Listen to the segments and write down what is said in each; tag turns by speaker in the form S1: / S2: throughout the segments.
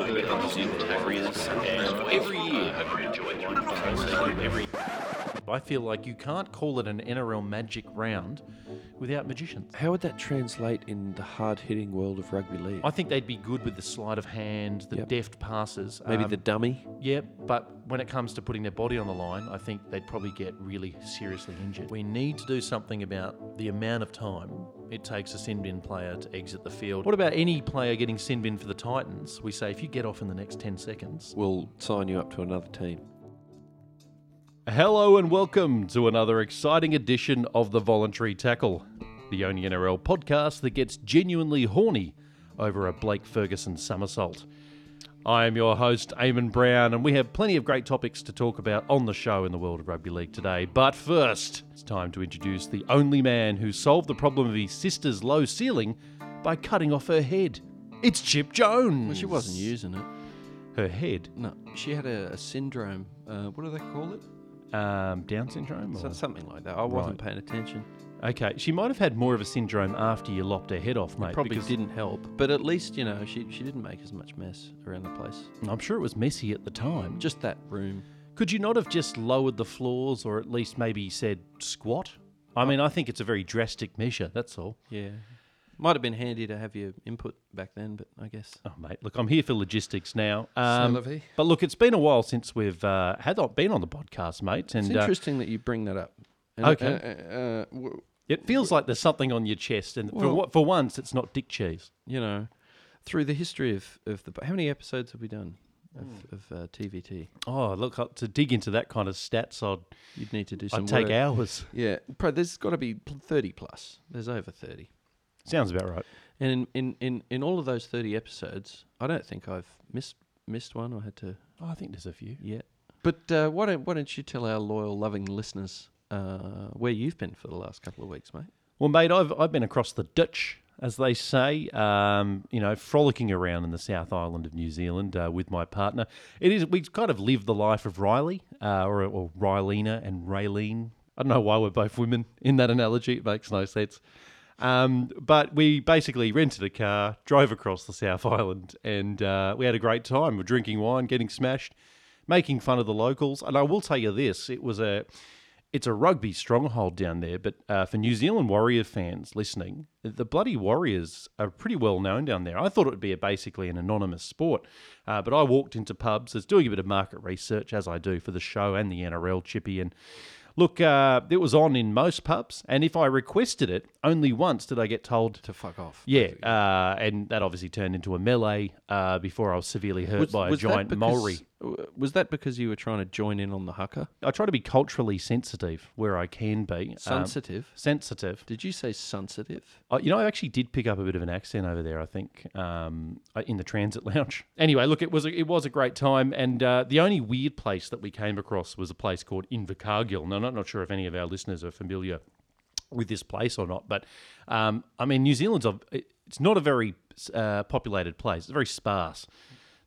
S1: using Tigris, and every year I've enjoyed one because every
S2: I feel like you can't call it an NRL magic round without magicians.
S3: How would that translate in the hard hitting world of rugby league?
S2: I think they'd be good with the sleight of hand, the
S3: Yep.
S2: deft passes.
S3: Maybe
S2: um,
S3: the dummy?
S2: Yeah, but when it comes to putting their body on the line, I think they'd probably get really seriously injured. We need to do something about the amount of time it takes a sin bin player to exit the field. What about any player getting sin bin for the Titans? We say if you get off in the next 10 seconds,
S3: We'll sign you up to another team.
S2: Hello and welcome to another exciting edition of The Voluntary Tackle, the only NRL podcast that gets genuinely horny over a Blake Ferguson somersault. I am your host, Eamon Brown, and we have plenty of great topics to talk about on the show in the world of rugby league today. But first, it's time to introduce the only man who solved the problem of his sister's low ceiling by cutting off her head. It's Chip Jones.
S3: Well, she wasn't using it.
S2: Her head.
S3: No, she had a, a syndrome. Uh, what do they call it?
S2: Um, Down syndrome?
S3: So-
S2: or-
S3: something like that. I wasn't paying attention.
S2: Okay, she might have had more of a syndrome after you lopped her head off, mate.
S3: Probably
S2: because
S3: didn't help. But at least, you know, she, she didn't make as much mess around the place.
S2: I'm sure it was messy at the time. Just
S3: Just that room.
S2: could you not have just lowered the floors, or at least maybe said squat? I mean, I think it's a very drastic measure. That's all.
S3: Yeah. Might have been handy to have your input back then, but I guess.
S2: Oh, mate, look, I'm here for logistics now.
S3: Um,
S2: Um,
S3: la vie.
S2: but look, it's been a while since we've uh, had not been on the podcast, mate,
S3: It's
S2: and uh,
S3: interesting that you bring that up. And,
S2: Okay.
S3: uh, uh, uh, w-
S2: it feels like there's something on your chest. And for
S3: Well-
S2: for, for once, it's not dick cheese.
S3: you know, through the history of, of the. How many episodes have we done of, of uh, TVT?
S2: Oh, look, uh, to dig into that kind of stats, I'd,
S3: You'd need to do some
S2: I'd take
S3: work.
S2: hours.
S3: Yeah, pro- there's got to be pl- 30 plus. There's over 30.
S2: Sounds about right.
S3: And in, in, in, in all of those 30 episodes, I don't think I've missed missed one or had to
S2: Oh, I think there's a few.
S3: yet. But uh, why, don't, why don't you tell our loyal, loving listeners uh, where you've been for the last couple of weeks, mate?
S2: Well, mate, I've, I've been across the ditch, as they say, um, you know, frolicking around in the South Island of New Zealand uh, with my partner. It is we kind of live the life of Riley, uh, or, or Rylena and Raylene. I don't know why we're both women in that analogy. It makes no sense. Um, but we basically rented a car, drove across the South Island, and uh, we had a great time. We We're drinking wine, getting smashed, making fun of the locals. And I will tell you this: it was a it's a rugby stronghold down there, but uh, for New Zealand Warrior fans listening, the bloody Warriors are pretty well known down there. I thought it would be a, basically an anonymous sport, uh, but I walked into pubs. I was doing a bit of market research, as I do for the show and the NRL chippy. And look, uh, it was on in most pubs. And if I requested it, only once did I get told
S3: To fuck off.
S2: Yeah, uh, and that obviously turned into a melee uh, before I was severely hurt by a giant Maori. Um,
S3: w- Was that because you were trying to join in on the haka?
S2: I try to be culturally sensitive where I can be. um,
S3: Sensitive.
S2: sensitive.
S3: Did you say sensitive?
S2: Uh, you know, I actually did pick up a bit of an accent over there. I think um, uh, in the transit lounge. Anyway, look, it was a, it was a great time, and uh, the only weird place that we came across was a place called Invercargill. Now, I'm not, not sure if any of our listeners are familiar with this place or not, but um, I mean, New Zealand's a, it- it's not a very uh, populated place. It's very sparse.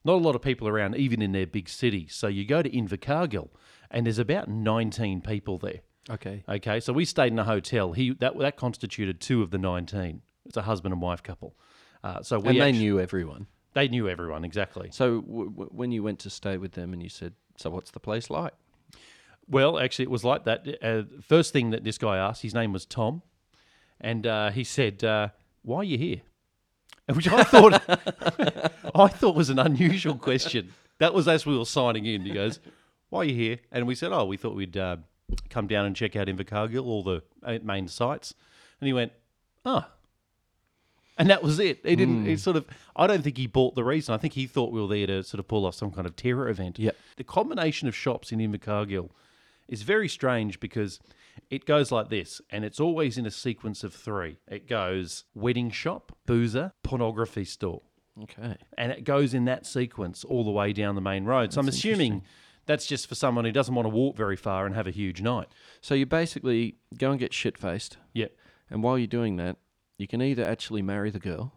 S2: Not a lot of people around, even in their big cities. So you go to Invercargill, and there's about 19 people there.
S3: Okay.
S2: Okay, so we stayed in a hotel. He that that constituted two of the nineteen. It's a husband and wife couple. Uh, so we
S3: and they
S2: actu-
S3: knew everyone.
S2: they knew everyone exactly.
S3: So w- w- when you went to stay with them and you said, "So what's the place like?"
S2: Well, actually, it was like that. Uh, first thing that this guy asked, his name was Tom, and uh, he said, uh, "Why are you here?" Which I thought I thought was an unusual question. That was as we were signing in. He goes, "Why are you here?" And we said, "Oh, we thought we'd uh, come down and check out Invercargill, all the uh, main sites." And he went, "Ah." And that was it. He didn't. He sort of. I don't think he bought the reason. I think he thought we were there to sort of pull off some kind of terror event.
S3: Yep.
S2: The combination of shops in Invercargill is very strange because it goes like this, and it's always in a sequence of three. It goes wedding shop, boozer, pornography store,
S3: Okay.
S2: and it goes in that sequence all the way down the main road. So I'm assuming that's just for someone who doesn't want to walk very far and have a huge night.
S3: So you basically go and get shit faced,
S2: Yeah.
S3: and while you're doing that, you can either actually marry the girl,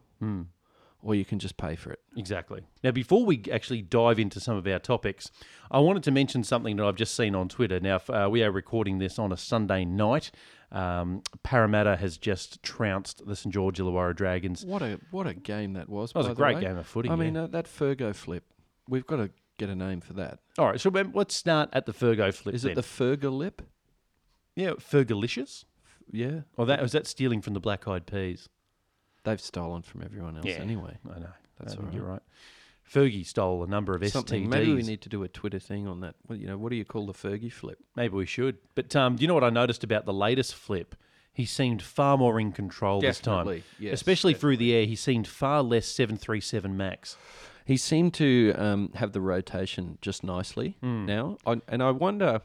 S3: or you can just pay for it.
S2: Exactly. Now, before we actually dive into some of our topics, I wanted to mention something that I've just seen on Twitter. Now, f- uh, we are recording this on a Sunday night. Um, Parramatta has just trounced the St George Illawarra Dragons.
S3: What a what a game that was. That
S2: was a great game of footy,
S3: I mean
S2: yeah.
S3: uh, that Fergo flip. We've got to get a name for that.
S2: All right, so um, let's start at the Fergo flip.
S3: uh, Is
S2: then.
S3: it the Fergalip?
S2: yeah Fergalicious?
S3: Yeah,
S2: Or that was that stealing from the Black Eyed Peas?
S3: they've stolen from everyone else
S2: Yeah.
S3: anyway.
S2: I know
S3: That's
S2: I
S3: all
S2: think You're right. Fergie stole a number of
S3: Something.
S2: STDs.
S3: Maybe we need to do a Twitter thing on that. Well, you know, what do you call the Fergie flip?
S2: Maybe we should. But um, do you know what I noticed about the latest flip? He seemed far more in control this
S3: Definitely,
S2: time.
S3: yes,
S2: Especially through the air, he seemed far less 737 Max.
S3: He seemed to um, have the rotation just nicely
S2: Hmm.
S3: now, I, and I wonder,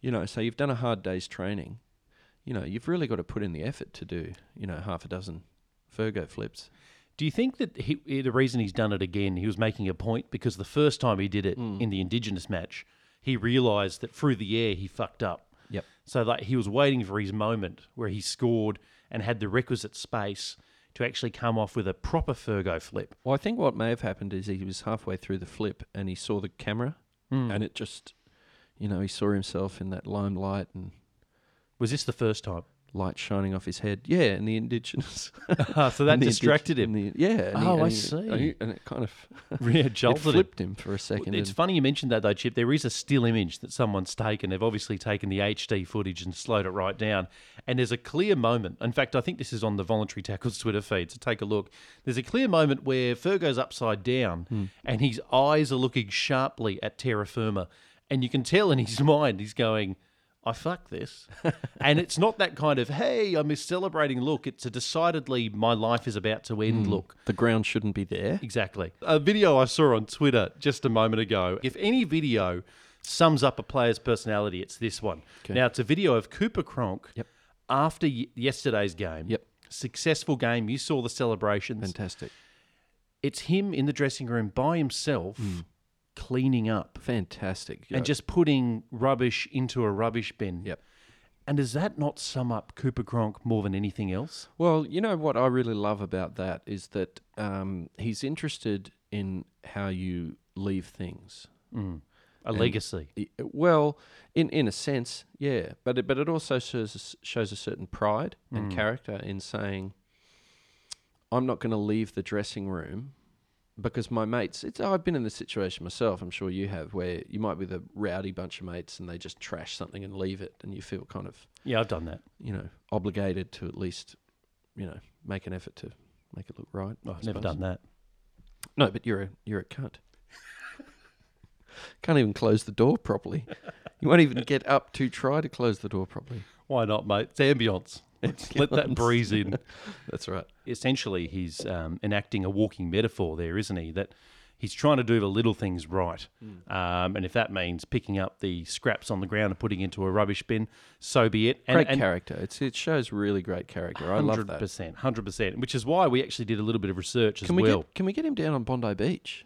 S3: you know, so you've done a hard day's training, you know, you've really got to put in the effort to do, you know, half a dozen Fergo flips.
S2: Do you think that he, the reason he's done it again, he was making a point because the first time he did it
S3: Hmm.
S2: in the Indigenous match, he realised that through the air he fucked up.
S3: Yep.
S2: So like he was waiting for his moment where he scored and had the requisite space to actually come off with a proper Fergo flip.
S3: Well, I think what may have happened is he was halfway through the flip and he saw the camera,
S2: Hmm.
S3: and it just, you know, he saw himself in that limelight and
S2: Was this the first time?
S3: light shining off his head. Yeah, and the indigenous.
S2: Ah, so that
S3: and the
S2: distracted
S3: indig-
S2: him.
S3: and the- yeah. and he-
S2: Oh,
S3: and
S2: I
S3: he-
S2: see.
S3: and he- And it kind of
S2: Yeah,
S3: it
S2: jolted him.
S3: flipped him for a second.
S2: It's
S3: and-
S2: funny you mentioned that though, Chip. There is a still image that someone's taken. They've obviously taken the HD footage and slowed it right down. And there's a clear moment. In fact, I think this is on the Voluntary Tackles Twitter feed, so take a look. There's a clear moment where Fergo's upside down
S3: Hmm.
S2: and his eyes are looking sharply at Terra Firma. And you can tell in his mind, he's going, I fuck this. and it's not that kind of, hey, I'm celebrating look. It's a decidedly, my life is about to end look.
S3: the ground shouldn't be there.
S2: Exactly. A video I saw on Twitter just a moment ago. If any video sums up a player's personality, it's this one. Now, it's a video of Cooper Cronk
S3: Yep.
S2: after y- yesterday's game.
S3: Yep.
S2: Successful game. You saw the celebrations.
S3: Fantastic.
S2: It's him in the dressing room by himself cleaning up
S3: Fantastic.
S2: and just putting rubbish into a rubbish bin.
S3: Yep.
S2: And does that not sum up Cooper Cronk more than anything else?
S3: Well, you know what I really love about that is that um, he's interested in how you leave things.
S2: A legacy.
S3: I- Well, in, in a sense, yeah, but it, but it also shows shows a certain pride and
S2: Mm.
S3: character in saying, "I'm not going to leave the dressing room because my mates." It's I've been in this situation myself. I'm sure you have, where you might be with a rowdy bunch of mates and they just trash something and leave it, and you feel kind of
S2: Yeah, I've done that.
S3: you know, obligated to at least, you know, make an effort to make it look right. I
S2: I've never
S3: suppose.
S2: done that.
S3: No, but you're a you're a cunt. Can't even close the door properly. You won't even get up to try to close the door properly.
S2: Why not, mate? It's ambience. Let's let that breeze in.
S3: That's right.
S2: Essentially, he's um, enacting a walking metaphor there, isn't he? That he's trying to do the little things right.
S3: Hmm.
S2: Um, and if that means picking up the scraps on the ground and putting into a rubbish bin, so be it. And,
S3: Great
S2: and
S3: character. It's it shows really great character. I love that.
S2: 100%, 100%, which is why we actually did a little bit of research as
S3: Can we
S2: well.
S3: get can we get him down on Bondi Beach?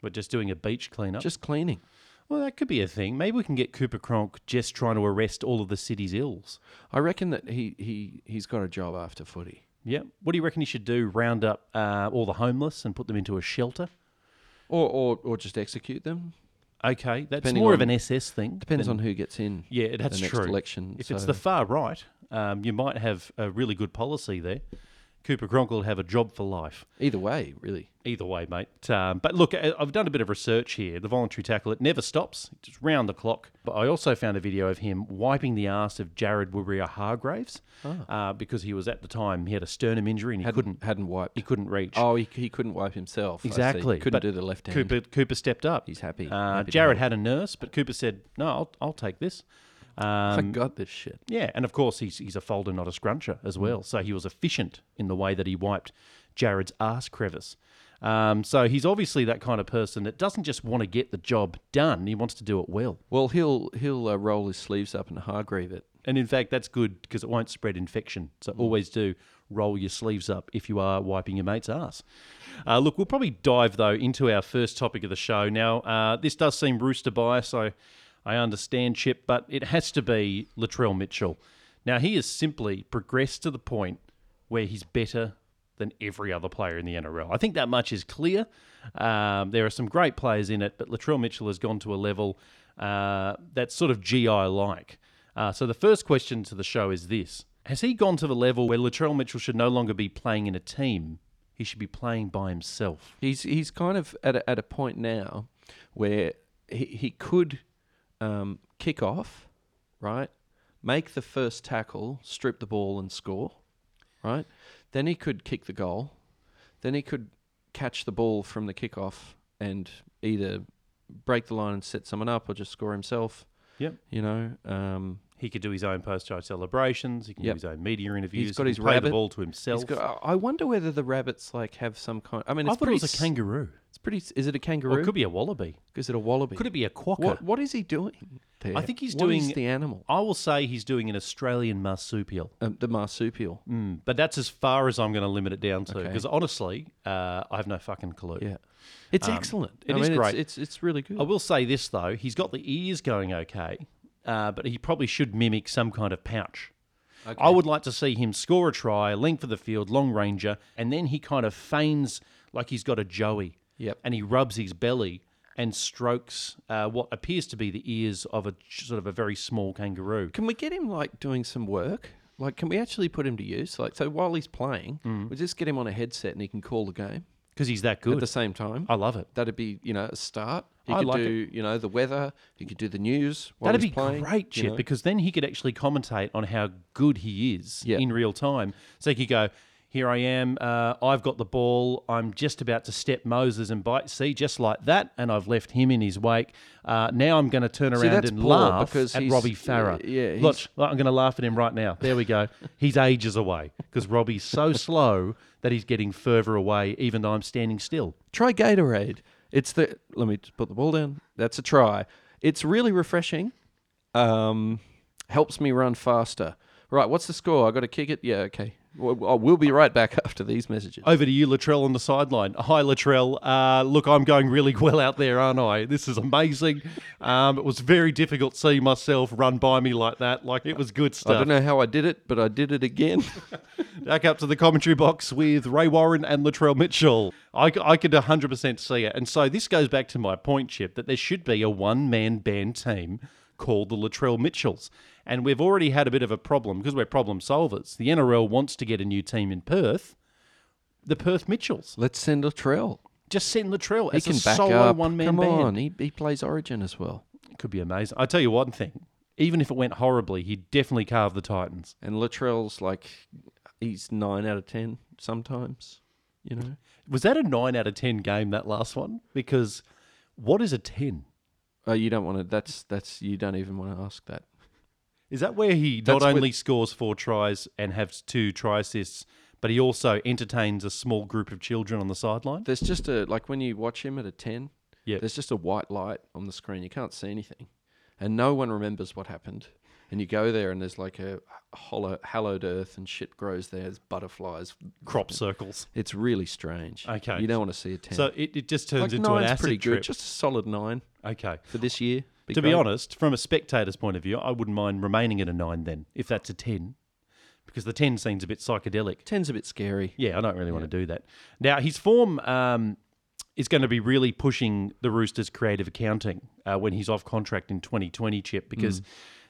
S2: We're just doing a beach cleanup.
S3: Just cleaning.
S2: well, that could be a thing. Maybe we can get Cooper Cronk just trying to arrest all of the city's ills.
S3: I reckon that he he he's got a job after footy.
S2: Yeah. What do you reckon he should do? Round up uh, all the homeless and put them into a shelter?
S3: Or or, or just execute them.
S2: Okay, that's
S3: Depending
S2: more of
S3: on-
S2: an SS thing.
S3: Depends
S2: than-
S3: on who gets in.
S2: yeah, that's
S3: the next
S2: true.
S3: election.
S2: If it's
S3: so-
S2: the far right, um, you might have a really good policy there. Cooper Cronk will have a job for life.
S3: either way, really.
S2: Either way, mate. Um, but look, I- I've done a bit of research here. The voluntary tackle, it never stops. It's just round the clock. But I also found a video of him wiping the ass of Jared Warrior Hargraves
S3: Ah.
S2: uh, because he was at the time, he had a sternum injury and he couldn't
S3: hadn't wiped.
S2: he couldn't reach.
S3: Oh, he, he couldn't wipe himself. I see.
S2: Exactly.
S3: Couldn't
S2: But
S3: do the left hand.
S2: Cooper, Cooper stepped up.
S3: He's happy-
S2: Uh,
S3: happy to
S2: Jared had a nurse, but Cooper said, no, I'll, I'll take this. Um,
S3: I got this shit.
S2: Yeah, and of course he's he's a folder, not a scruncher as well. So he was efficient in the way that he wiped Jared's ass crevice. Um, so he's obviously that kind of person that doesn't just want to get the job done; he wants to do it well.
S3: Well, he'll he'll uh, roll his sleeves up and Hargreave it.
S2: And in fact, that's good because it won't spread infection. So always do roll your sleeves up if you are wiping your mate's ass. Uh, look, we'll probably dive though into our first topic of the show. Now, uh, this does seem rooster bias, I, I understand, Chip, but it has to be Latrell Mitchell. Now, he has simply progressed to the point where he's better than every other player in the NRL. I think that much is clear. Um, there are some great players in it, but Latrell Mitchell has gone to a level uh, that's sort of GI like. Uh, so the first question to the show is this Has he gone to the level where Latrell Mitchell should no longer be playing in a team? He should be playing by himself.
S3: He's he's kind of at a, at a point now where he, he could um, kick off, right? Make the first tackle, strip the ball and score, right? Then he could kick the goal. Then he could catch the ball from the kickoff and either break the line and set someone up or just score himself.
S2: Yep.
S3: You know, um,
S2: He could do his own post-show celebrations. He can
S3: Yep.
S2: do his own media interviews.
S3: got
S2: he
S3: his
S2: can play
S3: rabbit.
S2: the ball to himself.
S3: he's got, I I wonder whether the rabbits like have some kind. I mean,
S2: I
S3: it's
S2: thought it
S3: pretty,
S2: was a
S3: s-
S2: kangaroo.
S3: It's pretty. Is it a kangaroo?
S2: Or it could be a wallaby.
S3: Is it a wallaby?
S2: Could it be a quokka?
S3: What What is he doing? There?
S2: I think he's
S3: What is
S2: doing-
S3: the animal,
S2: I will say he's doing an Australian marsupial.
S3: um, the marsupial.
S2: Mm, but that's as far as I'm going to limit it down to.
S3: Okay.
S2: Because honestly, uh, I have no fucking clue.
S3: Yeah, it's excellent.
S2: it
S3: I
S2: is
S3: mean,
S2: great. Oh,
S3: It's, it's it's really good.
S2: I will say this though, he's got the ears going okay, uh, but he probably should mimic some kind of pouch. I would like to see him score a try, link for the field, long ranger, and then he kind of feigns like he's got a joey.
S3: Yep.
S2: And he rubs his belly and strokes uh, what appears to be the ears of a sort of a very small kangaroo.
S3: Can we get him like doing some work? Like, can we actually put him to use? Like, so while he's playing, we just get him on a headset and he can call the game
S2: Because he's that
S3: at
S2: Mm. good.
S3: the same time.
S2: I love it.
S3: That'd be you know a start. He
S2: I
S3: could
S2: like
S3: do you know the weather. He could do the news. While
S2: That'd
S3: he's
S2: be
S3: playing,
S2: great,
S3: you
S2: Chip,
S3: know.
S2: because then he could actually commentate on how good he is
S3: Yeah.
S2: in real time. So he could go, "Here I am. Uh, I've got the ball. I'm just about to step Moses and bite. See, just like that, and I've left him in his wake. Uh, now I'm going to turn around
S3: that's
S2: and
S3: poor
S2: laugh
S3: because
S2: at
S3: he's-
S2: Robbie Farah.
S3: yeah,
S2: look,
S3: he's-
S2: look, I'm going to laugh at him right now. There we go. he's ages away because Robbie's so slow that he's getting further away, even though I'm standing still.
S3: try Gatorade. It's the let me just put the ball down. That's a try. It's really refreshing. Um, helps me run faster. Right, what's the score? I got to kick it. Yeah, okay. Well, I will be right back after these messages.
S2: Over to you, Latrell, on the sideline. Hi, Latrell. Uh, look, I'm going really well out there, aren't I? This is amazing. Um, it was very difficult seeing myself run by me like that. Like it was good
S3: I
S2: stuff.
S3: don't know how I did it, but I did it again.
S2: Back up to the commentary box with Ray Warren and Latrell Mitchell. I, c- I could 100% see it. And so this goes back to my point, Chip, that there should be a one-man band team called the Latrell Mitchells. And we've already had a bit of a problem because we're problem solvers. The NRL wants to get a new team in Perth. The Perth Mitchells.
S3: Let's send Latrell.
S2: Just send Latrell
S3: He
S2: as
S3: can
S2: a
S3: back
S2: solo
S3: up.
S2: one man
S3: Come
S2: band.
S3: on, he, he plays Origin as well.
S2: Could be amazing. I tell you one thing. Even if it went horribly, he'd definitely carve the Titans.
S3: And Latrell's like, he's nine out of ten sometimes. You know,
S2: Was that a nine out of ten game that last one? Because what is a ten?
S3: oh, you don't want to. That's that's you don't even want to ask that.
S2: Is that where he
S3: That's
S2: not
S3: with-
S2: only scores four tries and has two try assists, but he also entertains a small group of children on the sideline?
S3: There's just a like when you watch him at a ten.
S2: Yep.
S3: There's just a white light on the screen. You can't see anything, and no one remembers what happened. And you go there, and there's like a hollow, hallowed earth, and shit grows there. There's butterflies.
S2: Crop circles.
S3: It's really strange.
S2: Okay.
S3: You don't want to see a ten.
S2: So it, it just turns
S3: like
S2: into an
S3: nine's
S2: acid
S3: pretty good.
S2: trip.
S3: Just a solid nine
S2: okay.
S3: for this year.
S2: to be
S3: great.
S2: honest, from a spectator's point of view, I wouldn't mind remaining at a nine then, if that's a ten, because the ten seems a bit psychedelic.
S3: ten's a bit scary.
S2: Yeah, I don't really want to do that. Now his form um, is going to be really pushing the Roosters' creative accounting uh, when he's off contract in 2020, Chip, because.
S3: Mm.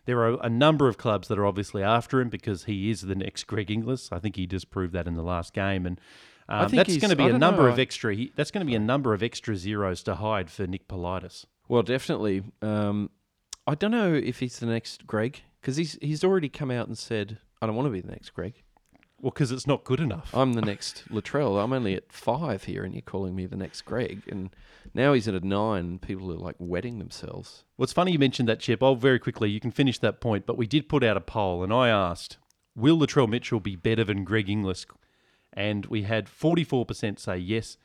S2: There are a number of clubs that are obviously after him because he is the next Greg Inglis. I think he just proved that in the last game, and um,
S3: think
S2: that's
S3: he's-
S2: going to be
S3: I
S2: a
S3: don't
S2: number
S3: know,
S2: of
S3: I-
S2: extra. He, that's going to be a number of extra zeros to hide for Nick Politis.
S3: Well, definitely. Um, I don't know if he's the next Greg because he's he's already come out and said I don't want to be the next Greg.
S2: Well, because it's not good enough.
S3: I'm the next Latrell. I'm only at five here, and you're calling me the next Greg. And now he's at a nine. and People are like wetting themselves.
S2: Well, it's funny you mentioned that, Chip. Oh, very quickly, you can finish that point, but we did put out a poll and I asked, will Latrell Mitchell be better than Greg Inglis? And we had 44% say yes,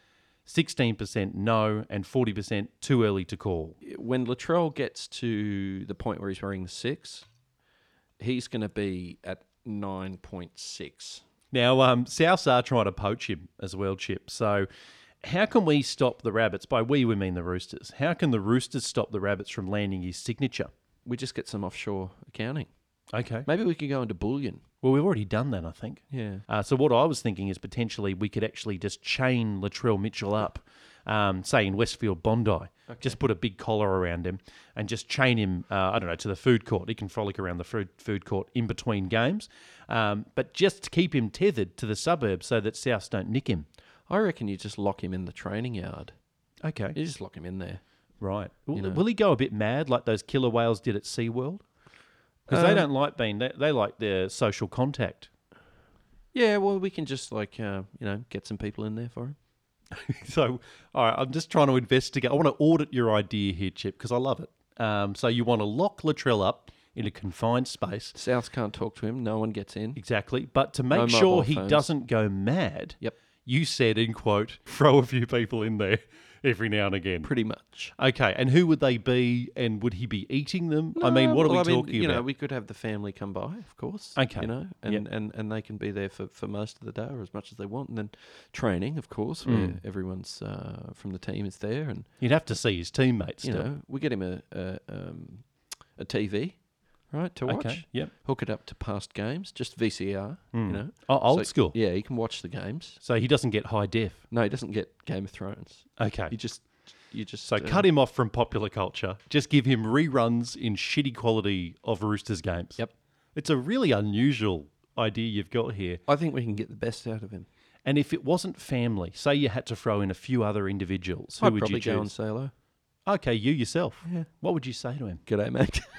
S2: 16% no, and 40% too early to call.
S3: When Latrell gets to the point where he's wearing the six, he's going to be at nine point six.
S2: Now, um, Souths are trying to poach him as well, Chip. So, how can we stop the Rabbits? By we, we mean the Roosters. How can the Roosters stop the Rabbits from landing his signature?
S3: We just get some offshore accounting.
S2: Okay.
S3: Maybe we could go into bullion.
S2: Well, we've already done that, I think.
S3: Yeah.
S2: Uh, so what I was thinking is potentially we could actually just chain Latrell Mitchell up, um, say in Westfield Bondi. Just put a big collar around him and just chain him. Uh, I don't know to the food court. He can frolic around the food food court in between games, um, but just to keep him tethered to the suburbs so that Souths don't nick him.
S3: I reckon you just lock him in the training yard.
S2: Okay.
S3: You just lock him in there.
S2: Right. Will,
S3: know.
S2: will he go a bit mad like those killer whales did at SeaWorld? Because they
S3: Um,
S2: don't like being, they, they like their social contact.
S3: Yeah, well, we can just like uh, you know get some people in there for him.
S2: So, all right, I'm just trying to investigate. I want to audit your idea here, Chip, because I love it. Um, so, you want to lock Latrell up in a confined space.
S3: Souths can't talk to him. No one gets in.
S2: Exactly. But to make
S3: No
S2: sure
S3: mobile
S2: he
S3: phones.
S2: doesn't go mad,
S3: Yep,
S2: you said, in quote, throw a few people in there every now and again.
S3: pretty much.
S2: Okay. And who would they be? And would he be eating them? I mean, what are
S3: Well,
S2: we
S3: mean,
S2: talking
S3: you
S2: about?
S3: know, we could have the family come by, of course.
S2: Okay.
S3: You know, and,
S2: Yep.
S3: and, and they can be there for, for most of the day or as much as they want. And then training, of course, where
S2: Mm.
S3: everyone's uh, from the team is there. And,
S2: You'd have to see his teammates
S3: you
S2: still.
S3: know, we get him a, a, um, a TV, right, to watch.
S2: okay. Yep.
S3: Hook it up to past games, just VCR, you know.
S2: Oh, old
S3: So-
S2: school.
S3: Yeah, he can watch the games.
S2: So he doesn't get high def.
S3: No, he doesn't get Game of Thrones.
S2: Okay.
S3: You just, you just. uh,
S2: So cut him off from popular culture. Just give him reruns in shitty quality of Roosters games.
S3: Yep.
S2: It's a really unusual idea you've got here.
S3: I think we can get the best out of him.
S2: And if it wasn't family, say you had to throw in a few other individuals, who
S3: I'd
S2: would
S3: probably
S2: you
S3: go and
S2: choose?
S3: say hello.
S2: Okay, you yourself.
S3: Yeah.
S2: What would you say to him?
S3: G'day, mate.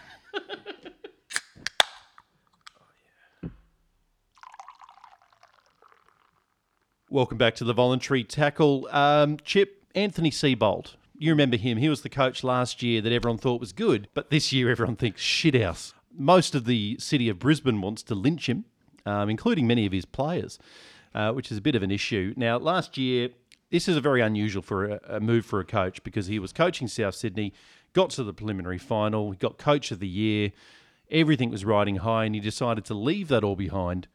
S2: Welcome back to the voluntary tackle. Um, Chip, Anthony Seabolt. You remember him. He was the coach last year that everyone thought was good, but this year everyone thinks shit house. Most of the city of Brisbane wants to lynch him, um, including many of his players, uh, which is a bit of an issue. Now, last year, this is a very unusual for a, a move for a coach because he was coaching South Sydney, got to the preliminary final, got coach of the year, everything was riding high, and he decided to leave that all behind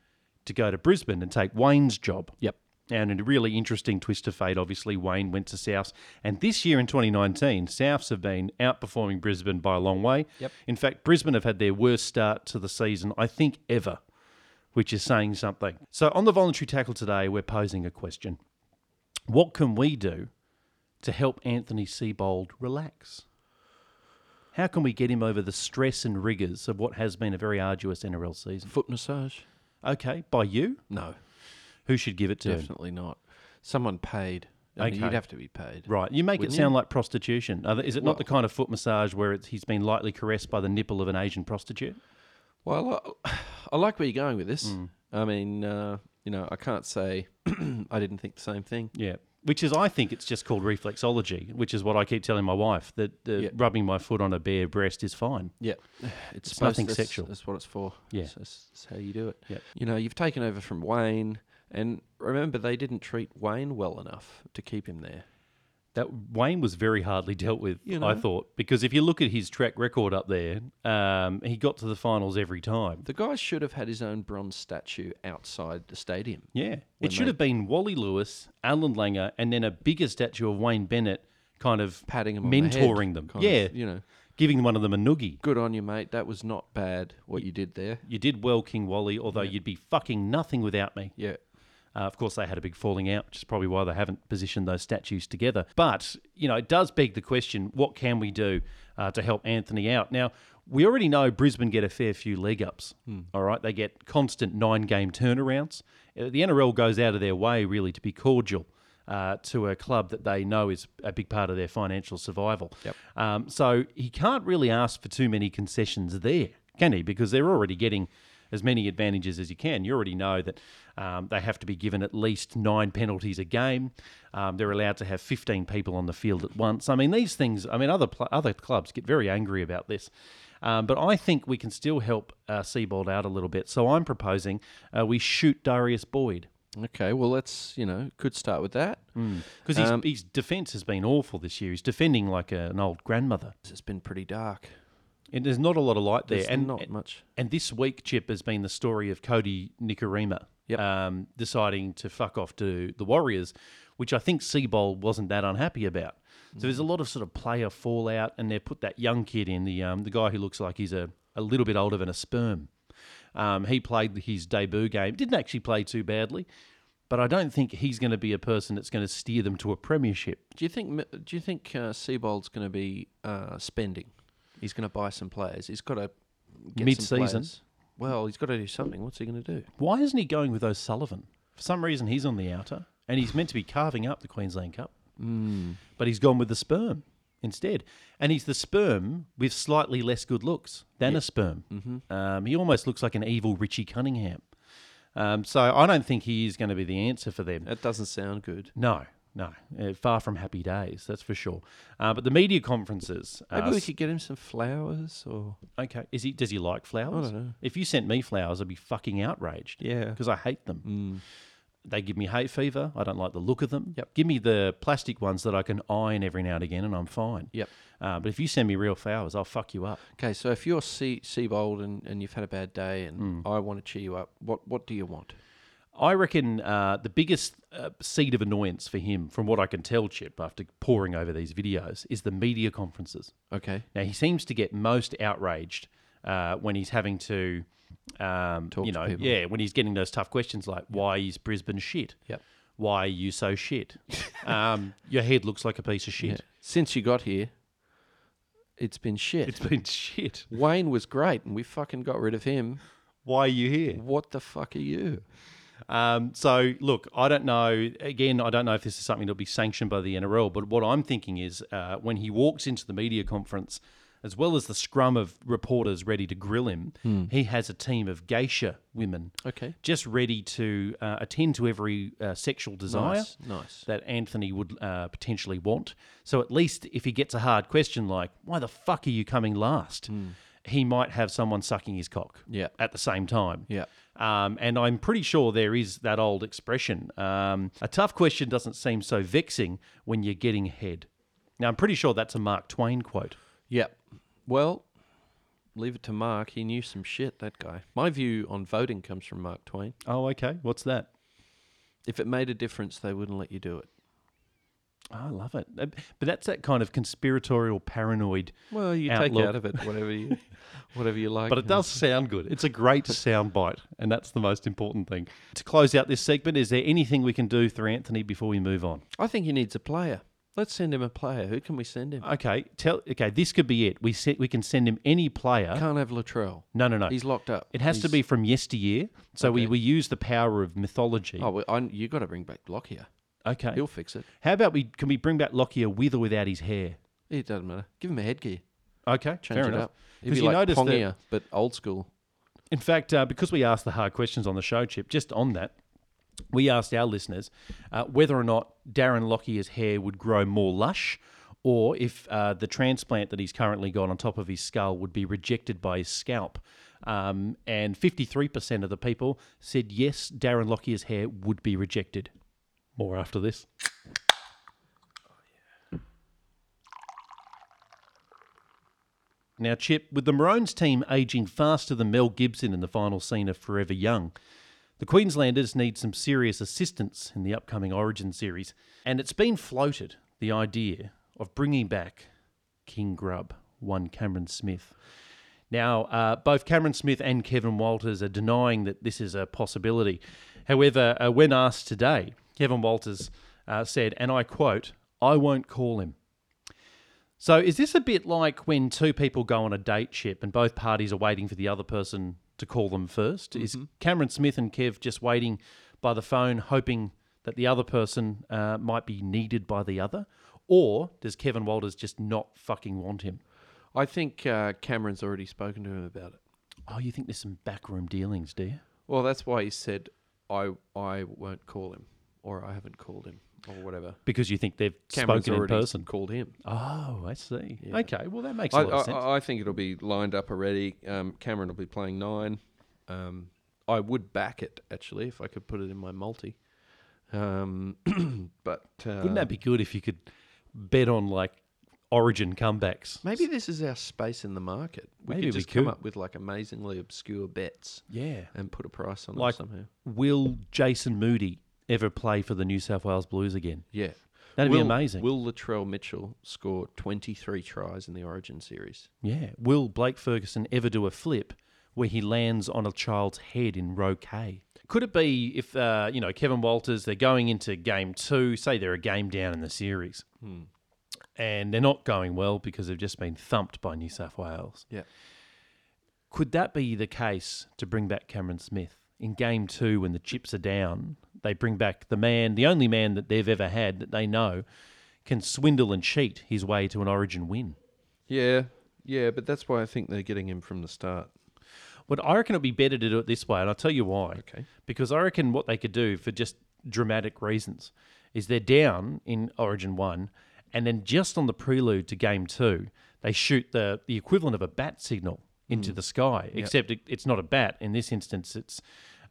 S2: to go to Brisbane and take Wayne's job.
S3: Yep.
S2: And in a really interesting twist of fate, obviously, Wayne went to Souths. And this year in 2019, Souths have been outperforming Brisbane by a long way.
S3: Yep.
S2: In fact, Brisbane have had their worst start to the season, I think, ever, which is saying something. So on the voluntary tackle today, we're posing a question What can we do to help Anthony Seabold relax? How can we get him over the stress and rigours of what has been a very arduous NRL season?
S3: Foot massage?
S2: Okay, by you?
S3: No,
S2: Who should give it to him?
S3: definitely not. Someone paid. I mean,
S2: Okay.
S3: you'd have to be paid.
S2: Right. You make
S3: Wouldn't
S2: it sound like prostitution. Are th- Is it not the kind of foot massage where it's, he's been lightly caressed by the nipple of an Asian prostitute?
S3: Well, I, I like where you're going with this.
S2: Mm.
S3: I mean, uh, you know, I can't say I didn't think the same thing.
S2: Yeah. Which is, I think it's just called reflexology, which is what I keep telling my wife that uh,
S3: Yeah.
S2: rubbing my foot on a bare breast is fine.
S3: Yeah, it's, supposed-
S2: nothing
S3: that's-
S2: sexual.
S3: That's what it's for.
S2: Yeah.
S3: It's- it's, it's how you do it.
S2: Yep.
S3: You know, you've taken over from Wayne, and remember they didn't treat Wayne well enough to keep him there.
S2: That Wayne was very hardly dealt with,
S3: You
S2: I
S3: know.
S2: thought, because if you look at his track record up there, um, he got to the finals every time.
S3: The guy should have had his own bronze statue outside the stadium.
S2: Yeah. It should have been Wally Lewis, Alan Langer, and then a bigger statue of Wayne Bennett kind of
S3: Patting him, on the head,
S2: mentoring them.
S3: kind of,
S2: Yeah.
S3: you know,
S2: Giving one of them a noogie.
S3: good on you, mate. That was not bad what you did there.
S2: You did well, King Wally, although you'd be fucking nothing without me.
S3: Yeah.
S2: Uh, of course, they had a big falling out, which is probably why they haven't positioned those statues together. But, you know, it does beg the question what can we do uh, to help Anthony out? Now, we already know Brisbane get a fair few leg ups, all right? They get constant nine game turnarounds. Uh, The NRL goes out of their way, really, to be cordial. Uh, to a club that they know is a big part of their financial survival.
S3: Yep.
S2: Um, so he can't really ask for too many concessions there, can he? Because they're already getting as many advantages as you can. You already know that um, they have to be given at least nine penalties a game. Um, they're allowed to have 15 people on the field at once. I mean, these things, I mean, other, pl- other clubs get very angry about this. Um, but I think we can still help uh, Seabold out a little bit. So I'm proposing uh, we shoot Darius Boyd
S3: Okay, well, let's, you know, could start with that.
S2: because his,
S3: Um,
S2: his defense has been awful this year. He's defending like a, an old grandmother.
S3: It's been pretty dark.
S2: And there's not a lot of light there.
S3: There's
S2: and
S3: not much.
S2: And this week, Chip, has been the story of Cody Nikarima
S3: Yep.
S2: um, deciding to fuck off to the Warriors, which I think Seabold wasn't that unhappy about. So there's a lot of sort of player fallout, and they put that young kid in, the um, the guy who looks like he's a, a little bit older than a sperm. Um, he played his debut game, didn't actually play too badly, but I don't think he's going to be a person that's going to steer them to a premiership.
S3: Do you think m- do you think uh, Seabold's going to be uh, spending? He's going to buy some players. He's got to get some
S2: Mid-season.
S3: players. Well, he's got to do something. What's he going to do?
S2: Why isn't he going with O'Sullivan? For some reason, he's
S3: Hmm.
S2: on the outer, and he's meant to be carving up the Queensland Cup, mm. but he's gone with the sperm. instead. And he's the sperm with slightly less good looks than a sperm. Mm-hmm. Um, he almost looks like an evil Richie Cunningham. Um, so I don't think he is going to be the answer for them.
S3: That doesn't sound good.
S2: No, no. Uh, far from happy days, that's for sure. Uh, but the media conferences. Uh,
S3: Maybe we could get him some flowers or
S2: Okay. Is he? Does he like flowers?
S3: I don't know.
S2: If you sent me flowers, I'd be fucking outraged.
S3: Yeah. Mm.
S2: Because I hate them. They give me hay fever. I don't like the look of them.
S3: Yep.
S2: Give me the plastic ones that I can iron every now and again, and I'm fine.
S3: Yep.
S2: Uh, but if you send me real flowers, I'll fuck you up.
S3: Okay, so if you're sea Seabold and, and you've had a bad day and I want to cheer you up, what what do you want?
S2: I reckon uh, the biggest uh, seed of annoyance for him, from what I can tell, Chip, after poring over these videos, is the media conferences.
S3: Okay.
S2: Now he seems to get most outraged uh, when he's having to, um,
S3: Talk
S2: you
S3: to
S2: know,
S3: people.
S2: yeah, when he's getting those tough questions like, "Why is Brisbane shit?
S3: Yep.
S2: Why are you so shit? um, your head looks like a piece of shit.
S3: Yeah. Since you got here, it's been shit.
S2: It's been shit.
S3: Wayne was great and we fucking got rid of him.
S2: Why are you here?"
S3: What the fuck are you?
S2: Um, so, look, I don't know. Again, I don't know if this is something that'll be sanctioned by the NRL, but what I'm thinking is uh, when he walks into the media conference, as well as the scrum of reporters ready to grill him, he has a team of geisha women
S3: Hmm. Okay.
S2: just ready to uh, attend to every uh, sexual desire
S3: Nice. Nice.
S2: that Anthony would uh, potentially want. So at least if he gets a hard question like, why the fuck are you coming last? He might have someone sucking his cock
S3: Yeah.
S2: at the same time.
S3: Yeah.
S2: Um, and I'm pretty sure there is that old expression. Um, a tough question doesn't seem so vexing when you're getting head. Now, I'm pretty sure that's a Mark Twain quote.
S3: Yep. Well, leave it to Mark. He knew some shit, that guy. My view on voting comes from Mark Twain.
S2: Oh, okay. What's that?
S3: If it made a difference, they wouldn't let you do it.
S2: I love it. Uh, But that's that kind of conspiratorial, paranoid.
S3: Well, you
S2: Outlook.
S3: take out of it whatever you whatever you like.
S2: But it does sound good. It's a great sound bite, and that's the most important thing. To close out this segment, is there anything we can do for Anthony before we move on?
S3: I think he needs a player. Let's send him a player. Who can we send him?
S2: Okay, tell. Okay, this could be it. We set, we can send him any player.
S3: Can't have Latrell.
S2: No, no, no.
S3: He's locked up.
S2: It has to be from yesteryear. So we,
S3: Okay.
S2: we use the power of mythology.
S3: Oh, well, I, you got to bring back Lockyer.
S2: okay.
S3: He'll fix it.
S2: How about we can we bring back Lockyer with or without his hair?
S3: It doesn't matter. Give him a headgear.
S2: Okay,
S3: Change
S2: fair
S3: it
S2: enough.
S3: up. He'd be
S2: you
S3: like
S2: notice that-
S3: Pongia, but old school.
S2: In fact, uh, because we asked the hard questions on the show, Chip, just on that, we asked our listeners uh, whether or not Darren Lockyer's hair would grow more lush or if uh, the transplant that he's currently got on top of his skull would be rejected by his scalp. Um, and 53% of the people said yes, Darren Lockyer's hair would be rejected. More after this. Now, Chip, with the Maroons team aging faster than Mel Gibson in the final scene of Forever Young, the Queenslanders need some serious assistance in the upcoming Origin series. And it's been floated the idea of bringing back King Grub, one Cameron Smith. Now, uh, both Cameron Smith and Kevin Walters are denying that this is a possibility. However, uh, when asked today, Kevin Walters uh, said, and I quote, I won't call him. So is this a bit like when two people go on a date ship and both parties are waiting for the other person to call them 1st Is
S3: Mm-hmm.
S2: Cameron Smith and Kev just waiting by the phone, hoping that the other person uh, might be needed by the other? Or does Kevin Walters just not fucking want him?
S3: I think uh, Cameron's already spoken to him about it.
S2: Oh, you think there's some backroom dealings, do you?
S3: Well, that's why he said, "I I won't call him," or "I haven't called him," or whatever.
S2: Because you think they've
S3: Cameron's
S2: spoken in
S3: already
S2: person.
S3: called him.
S2: Oh, I see. Okay, well that makes a
S3: I,
S2: lot of
S3: I,
S2: sense.
S3: I- I think it'll be lined up already. Um, Cameron will be playing nine. Um, I would back it actually if I could put it in my multi. Um, but uh,
S2: Wouldn't that be good if you could bet on like origin comebacks?
S3: maybe this is our space in the market. We
S2: Maybe we
S3: could just come
S2: could.
S3: up with like amazingly obscure bets
S2: Yeah.
S3: and put a price on
S2: Like-
S3: it somehow.
S2: will Jason Moody ever play for the New South Wales Blues again?
S3: Yeah.
S2: That'd be
S3: will,
S2: amazing.
S3: Will Latrell Mitchell score 23 tries in the Origin series?
S2: Yeah. Will Blake Ferguson ever do a flip where he lands on a child's head in row K? Could it be if, uh, you know, Kevin Walters, they're going into game two, say they're a game down in the series, and they're not going well because they've just been thumped by New South Wales.
S3: Yeah.
S2: Could that be the case to bring back Cameron Smith? In game two, when the chips are down, they bring back the man, the only man that they've ever had that they know can swindle and cheat his way to an Origin win.
S3: Yeah, yeah, but that's why I think they're getting him from the start.
S2: But I reckon it'd be better to do it this way, and I'll tell you why.
S3: Okay.
S2: Because I reckon what they could do for just dramatic reasons is they're down in Origin One, and then just on the prelude to Game Two, they shoot the the equivalent of a bat signal into the sky. Except it, it's not a bat in this instance; it's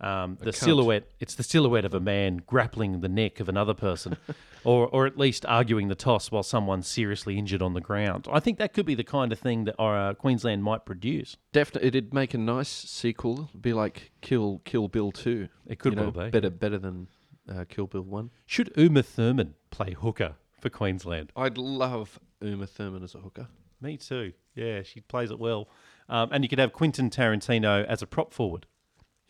S2: um, the silhouette. It's the silhouette of a man grappling the neck of another person, or or at least arguing the toss while someone's seriously injured on the ground. I think that could be the kind of thing that uh, Queensland might produce.
S3: Definitely, it'd make a nice sequel. Be like Kill Kill Bill Two.
S2: It could
S3: you know,
S2: well be.
S3: better better than uh, Kill Bill One.
S2: Should Uma Thurman play hooker for Queensland?
S3: I'd love Uma Thurman as a hooker.
S2: Me too. Yeah, she plays it well. Um, and you could have Quentin Tarantino as a prop forward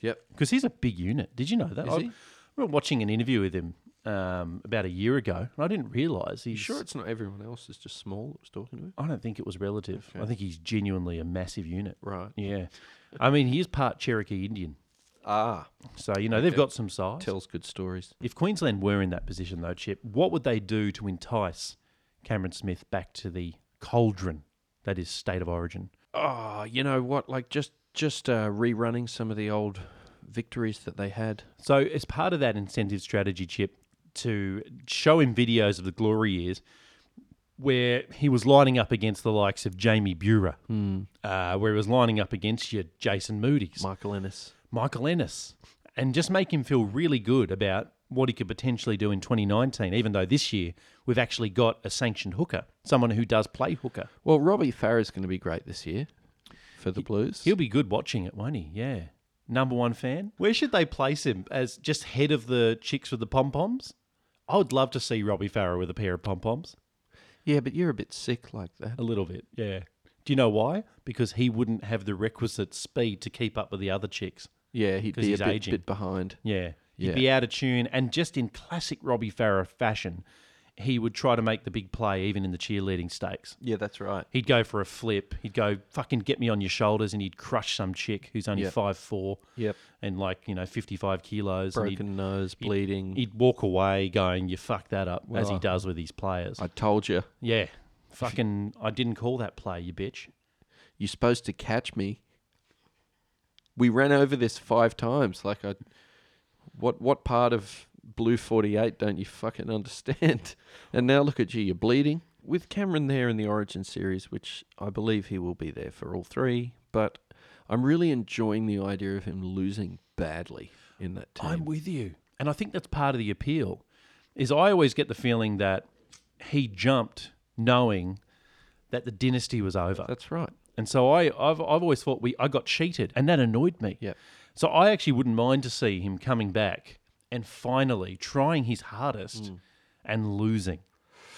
S3: Yep.
S2: because he's a big unit. Did you know that?
S3: Is
S2: I
S3: he?
S2: remember watching an interview with him um, about a year ago, and I didn't realise he's.
S3: You sure it's not everyone else? It's just small. That was talking to him.
S2: I don't think it was relative. I think he's genuinely a massive unit.
S3: Right.
S2: Yeah, I mean he is part Cherokee Indian,
S3: Ah,
S2: so you know they've got some size.
S3: tells good stories.
S2: If Queensland were in that position, though, Chip, what would they do to entice Cameron Smith back to the cauldron that is state of origin?
S3: Oh, you know what? Like just just uh, rerunning some of the old victories that they had.
S2: So, as part of that incentive strategy, Chip, to show him videos of the glory years where he was lining up against the likes of Jamie Bura, uh, where he was lining up against your Jason Moody's,
S3: Michael Ennis.
S2: Michael Ennis, and just make him feel really good about what he could potentially do in 2019, even though this year we've actually got a sanctioned hooker, someone who does play hooker.
S3: Well, Robbie Farah's going to be great this year for the Blues.
S2: He'll be good watching it, won't he? Yeah. Number one fan. Where should they place him? As just head of the chicks with the pom poms? I would love to see Robbie Farrow with a pair of pom poms.
S3: yeah, but you're a bit sick like that.
S2: A little bit, yeah. Do you know why? Because he wouldn't have the requisite speed to keep up with the other chicks.
S3: Yeah, he'd
S2: 'Cause
S3: be a
S2: he's
S3: bit,
S2: aging.
S3: bit behind.
S2: Yeah. He'd
S3: Yeah.
S2: be out of tune. And just in classic Robbie Farrow fashion, he would try to make the big play even in the cheerleading stakes.
S3: Yeah, that's right.
S2: He'd go for a flip. He'd go, fucking get me on your shoulders. And he'd crush some chick who's only
S3: Yep.
S2: five four.
S3: Yep.
S2: and like you know 55 kilos and he'd-
S3: Broken nose, bleeding.
S2: he'd, walk away going you fucked that up as he
S3: Well,
S2: does with his players
S3: I told you,
S2: yeah fucking i didn't call that play you bitch
S3: you're supposed to catch me. We ran over this five times. Like, I, what what part of Blue 48 don't you fucking understand? And now look at you, you're bleeding. With Cameron there in the Origin Series, which I believe he will be there for all three, but I'm really enjoying the idea of him losing badly in that team.
S2: i'm with you and i think that's part of the appeal is i always get the feeling that he jumped knowing that the dynasty was over
S3: That's right.
S2: and so I, I've, I've always thought we I got cheated, and that annoyed me.
S3: Yep.
S2: So I actually wouldn't mind to see him coming back and finally trying his hardest and losing,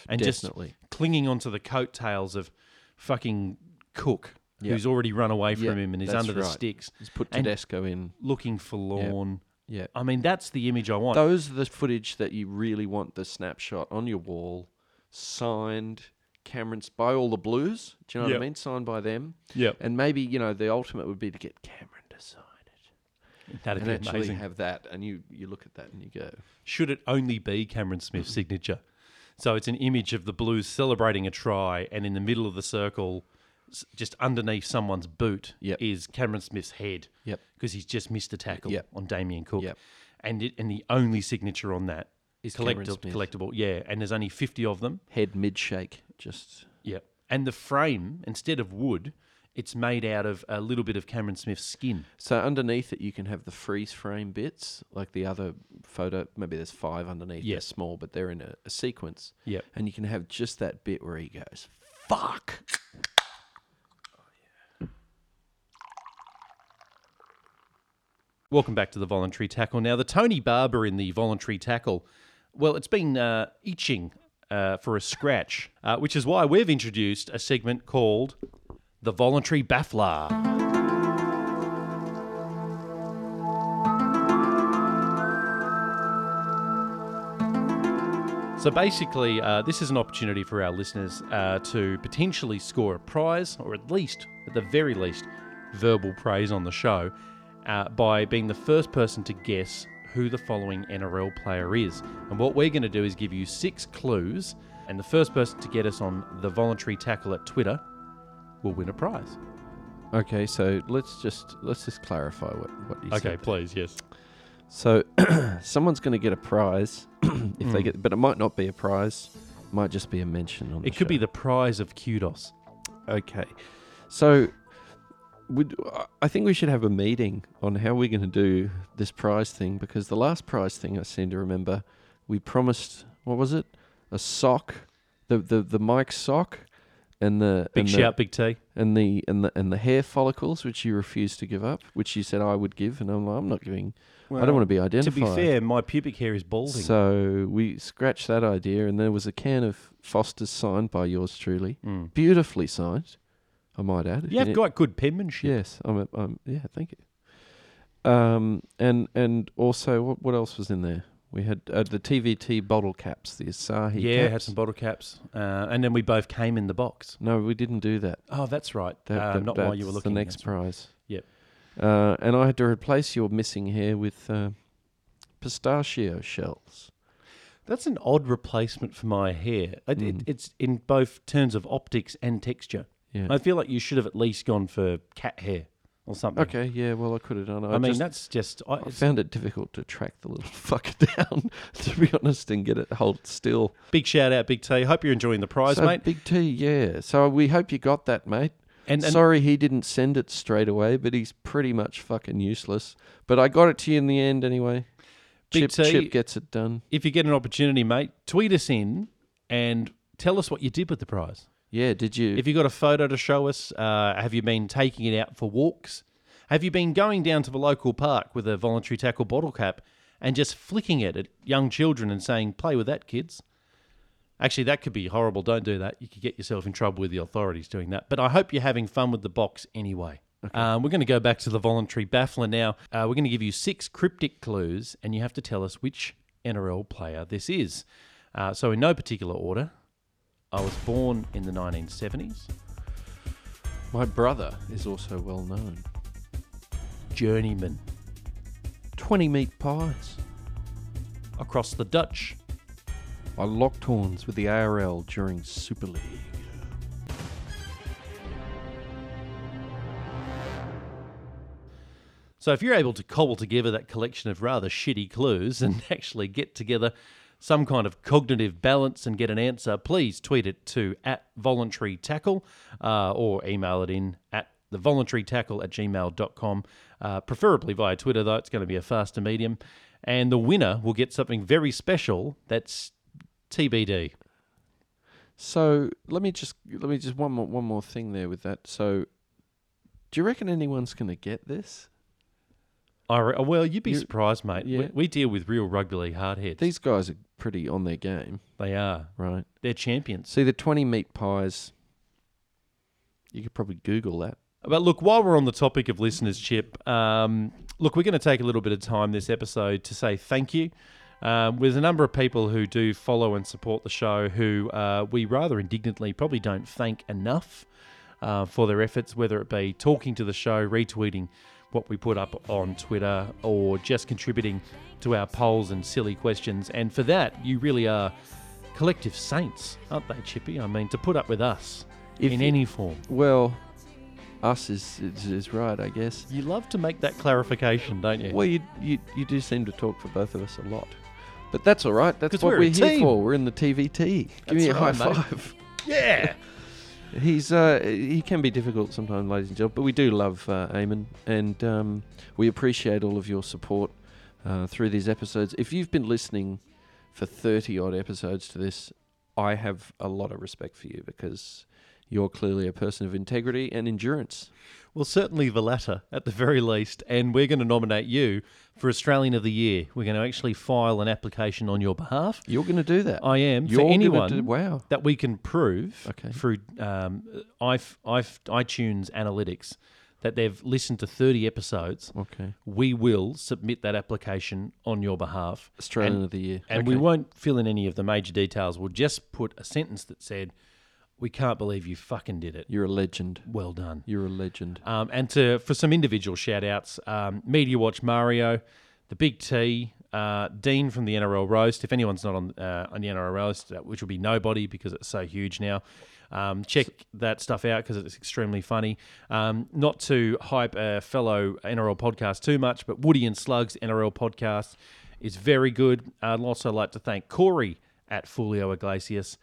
S2: and
S3: Hmm. Definitely.
S2: just clinging onto the coattails of fucking Cook,
S3: Yep.
S2: who's already run away from
S3: Yep,
S2: him and is
S3: that's
S2: under the
S3: right.
S2: sticks,
S3: He's put
S2: And-
S3: Tedesco in.
S2: looking forlorn.
S3: Yeah.
S2: I mean, that's the image I want.
S3: Those are the footage that you really want the snapshot on your wall, signed Cameron's by all the Blues. Do you know
S2: Yeah.
S3: what I mean? Signed by them.
S2: Yep.
S3: And maybe, you know, the ultimate would be to get Cameron to sign it
S2: That'd
S3: and
S2: be
S3: actually
S2: amazing.
S3: have that. And you, you look at that and you go,
S2: should it only be Cameron Smith's
S3: Mm-hmm.
S2: signature? So it's an image of the Blues celebrating a try, and in the middle of the circle, s- just underneath someone's boot,
S3: Yep.
S2: is Cameron Smith's head.
S3: Yep.
S2: Because he's just missed a tackle
S3: Yep.
S2: on Damien Cook.
S3: Yep.
S2: And it, and the only signature on that
S3: Is Cameron
S2: collectible,
S3: Smith.
S2: collectible. Yeah. And there's only 50 of them.
S3: head mid shake. Just,
S2: Yeah. And the frame, instead of wood, it's made out of a little bit of Cameron Smith's skin.
S3: so underneath it, you can have the freeze frame bits, like the other photo. Maybe there's five underneath.
S2: Yeah.
S3: They're small, but they're in a, a sequence.
S2: Yep.
S3: And you can have just that bit where he goes, fuck.
S2: Welcome back to the voluntary tackle. Now, the Tony Barber in the voluntary tackle, well, it's been uh, itching uh, for a scratch, uh, which is why we've introduced a segment called the voluntary baffler. So basically, uh, this is an opportunity for our listeners uh, to potentially score a prize, or at least, at the very least, verbal praise on the show uh, by being the first person to guess who the following NRL player is. And what we're going to do is give you six clues And the first person to get us on the voluntary tackle at Twitter will win a prize.
S3: Okay, so let's just let's just clarify what what you said.
S2: please, yes.
S3: So someone's going to get a prize if
S2: Hmm.
S3: they get, but it might not be a prize. Might just be a mention on. the
S2: It could be
S3: show.
S2: the prize of kudos.
S3: okay. So, would I think we should have a meeting on how we're going to do this prize thing because the last prize thing I seem to remember, we promised what was it? A sock, the the the mic sock, and the
S2: Big
S3: and the-
S2: shout, big T.
S3: and the and the and the hair follicles, which you refused to give up, which you said I would give, and I'm like, I'm not giving. I don't want to be
S2: To
S3: identified.
S2: be fair, my pubic hair is balding.
S3: So we scratched that idea, and there was a can of Foster's signed by yours truly, beautifully signed, I might add.
S2: you have
S3: Yeah,
S2: Hmm. got good penmanship.
S3: Yes, I'm. A, I'm yeah, thank you. Um, and and also, what what else was in there? We had uh, the TVT bottle caps, the Asahi.
S2: Yeah,
S3: caps.
S2: had some bottle caps, uh, and then we both came in the box.
S3: No, we didn't do that.
S2: Oh, that's right.
S3: That-
S2: Uh,
S3: that-
S2: not while you were
S3: that's
S2: looking.
S3: The next
S2: that's right.
S3: prize.
S2: Yep.
S3: Uh, and I had to replace your missing hair with uh, pistachio shells.
S2: That's an odd replacement for my hair. It,
S3: Hmm.
S2: it, it's in both terms of optics and texture.
S3: Yeah.
S2: I feel like you should have at least gone for cat hair or something.
S3: Okay. Yeah. Well, I could have done. it.
S2: I, mean,
S3: just- Oh,
S2: that's just. I,
S3: I
S2: it's-
S3: found it difficult to track the little fucker down, to be honest, and get it hold still.
S2: big shout out, Big T. Hope you're enjoying the prize,
S3: so
S2: mate.
S3: Big T, yeah. So we hope you got that, mate.
S2: And- and-
S3: sorry he didn't send it straight away, but he's pretty much fucking useless. But I got it to you in the end anyway.
S2: Big
S3: Chip,
S2: T-
S3: Chip gets it done.
S2: If you get an opportunity, mate, tweet us in and tell us what you did with the prize.
S3: Yeah, did you?
S2: If you got a photo to show us, uh, have you been taking it out for walks? Have you been going down to the local park with a voluntary tackle bottle cap and just flicking it at young children and saying, play with that, kids? Actually, that could be horrible. Don't do that. You could get yourself in trouble with the authorities doing that. But I hope you're having fun with the box anyway. Um, we're going to go back to the voluntary baffler now. Uh, we're going to give you six cryptic clues, and you have to tell us which NRL player this is. Uh, so, in no particular order, I was born in the 1970s.
S3: My brother is also well known.
S2: journeyman
S3: 20 meat pies.
S2: across the Dutch,
S3: I locked horns with the ARL during Super League.
S2: So if you're able to cobble together that collection of rather shitty clues and actually get together some kind of cognitive balance and get an answer, please tweet it to at voluntary tackle uh, or email it in at the voluntary tackle at gmail.com, uh, preferably via Twitter, though. It's going to be a faster medium. And the winner will get something very special that's TBD.
S3: So let me just let me just one more one more thing there with that. So do you reckon anyone's gonna get this?
S2: I re- well, you'd be
S3: You-
S2: surprised, mate. We,
S3: Yeah.
S2: we deal with real rugby league hardheads.
S3: These guys are pretty on their game,
S2: they are.
S3: right?
S2: They're champions.
S3: See the twenty meat pies. You could probably Google that.
S2: But look, while we're on the topic of listeners, Chip, um, look, we're going to take a little bit of time this episode to say thank you. Um, there's a number of people who do follow and support the show who uh, we rather indignantly probably don't thank enough uh, for their efforts, whether it be talking to the show, retweeting what we put up on Twitter, or just contributing to our polls and silly questions. And for that, you really are collective saints, aren't they, Chippy? I mean, to put up with us
S3: If
S2: in
S3: you-
S2: any form.
S3: Well, us is is, is right, I guess.
S2: You love to make that clarification, don't you?
S3: Well, you, you you do seem to talk for both of us a lot, but that's all right. That's
S2: 'Cause
S3: what
S2: we're a
S3: we're, here
S2: team.
S3: for. We're in the TVT. Give
S2: That's
S3: me a
S2: right,
S3: high
S2: mate.
S3: five.
S2: yeah.
S3: He's uh, he can be difficult sometimes, ladies and gentlemen, but we do love uh, Eamon, and um, we appreciate all of your support uh, through these episodes. If you've been listening for thirty odd episodes to this, I have a lot of respect for you because you're clearly a person of integrity and endurance.
S2: Well, certainly the latter, at the very least. And we're going to nominate you for Australian of the Year. We're going to actually file an application on your behalf.
S3: You're going to do that.
S2: I am
S3: You're
S2: for
S3: gonna
S2: anyone
S3: do- wow.
S2: that we can prove
S3: Okay.
S2: through um, if, if iTunes analytics that they've listened to 30 episodes.
S3: Okay.
S2: We will submit that application on your behalf.
S3: Australian
S2: And-
S3: of the year.
S2: And we won't fill in any of the major details. We'll just put a sentence that said, We can't believe you fucking did it.
S3: You're a legend.
S2: Well done.
S3: You're a legend.
S2: Um, and to for some individual shout outs, um, Media Watch Mario, the Big T, Uh, Dean from the NRL roast. If anyone's not on uh, on the NRL roast, uh, which will be nobody because it's so huge now, um, check that stuff out because it's extremely funny. Um, not to hype a fellow NRL podcast too much, but Woody and Slugs NRL podcast is very good. I'd also like to thank Corey at Fulio Iglesias,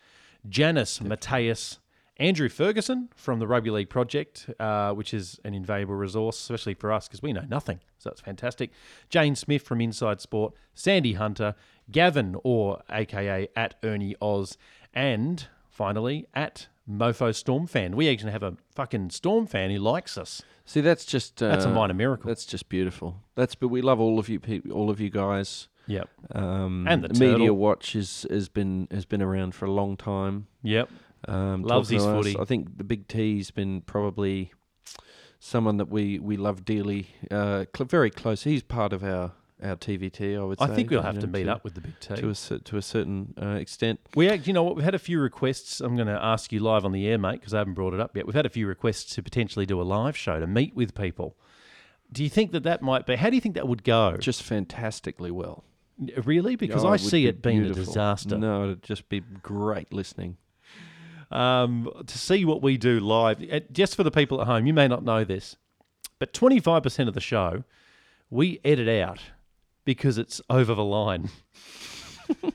S2: Janice Mateus, Andrew Ferguson from the Rugby League Project, uh, which is an invaluable resource, especially for us because we know nothing. So it's fantastic. Jane Smith from Inside Sport, Sandy Hunter, Gavin, or AKA at Ernie Oz, and finally at Mofo Storm Fan. We actually have a fucking Storm fan who likes us.
S3: See, that's just uh,
S2: That's a minor miracle.
S3: That's just beautiful. That's but we love all of you people, all of you guys.
S2: Yep.
S3: Um,
S2: And the
S3: media
S2: turtle.
S3: watch is has been has been around for a long time.
S2: Yep.
S3: Um,
S2: Loves
S3: talking
S2: his
S3: to us.
S2: footy.
S3: I think the big T's been probably someone that we we love dearly, uh, cl- very close. He's part of our our TVT. I would.
S2: I
S3: say,
S2: think we'll
S3: you
S2: have
S3: know,
S2: to meet up with the big T.
S3: to a cer- to a certain uh, extent.
S2: We, act- you know what, we've had a few requests. I'm going to ask you live on the air, mate, because I haven't brought it up yet. We've had a few requests to potentially do a live show to meet with people. Do you think that that might be? How do you think that would go?
S3: Just fantastically well.
S2: really, because
S3: Oh,
S2: I
S3: it would
S2: see
S3: be
S2: it being
S3: beautiful.
S2: a disaster.
S3: No, it'd just be great listening.
S2: um, to see what we do live. uh, Just for the people at home, you may not know this, but 25% of the show we edit out because it's over the line.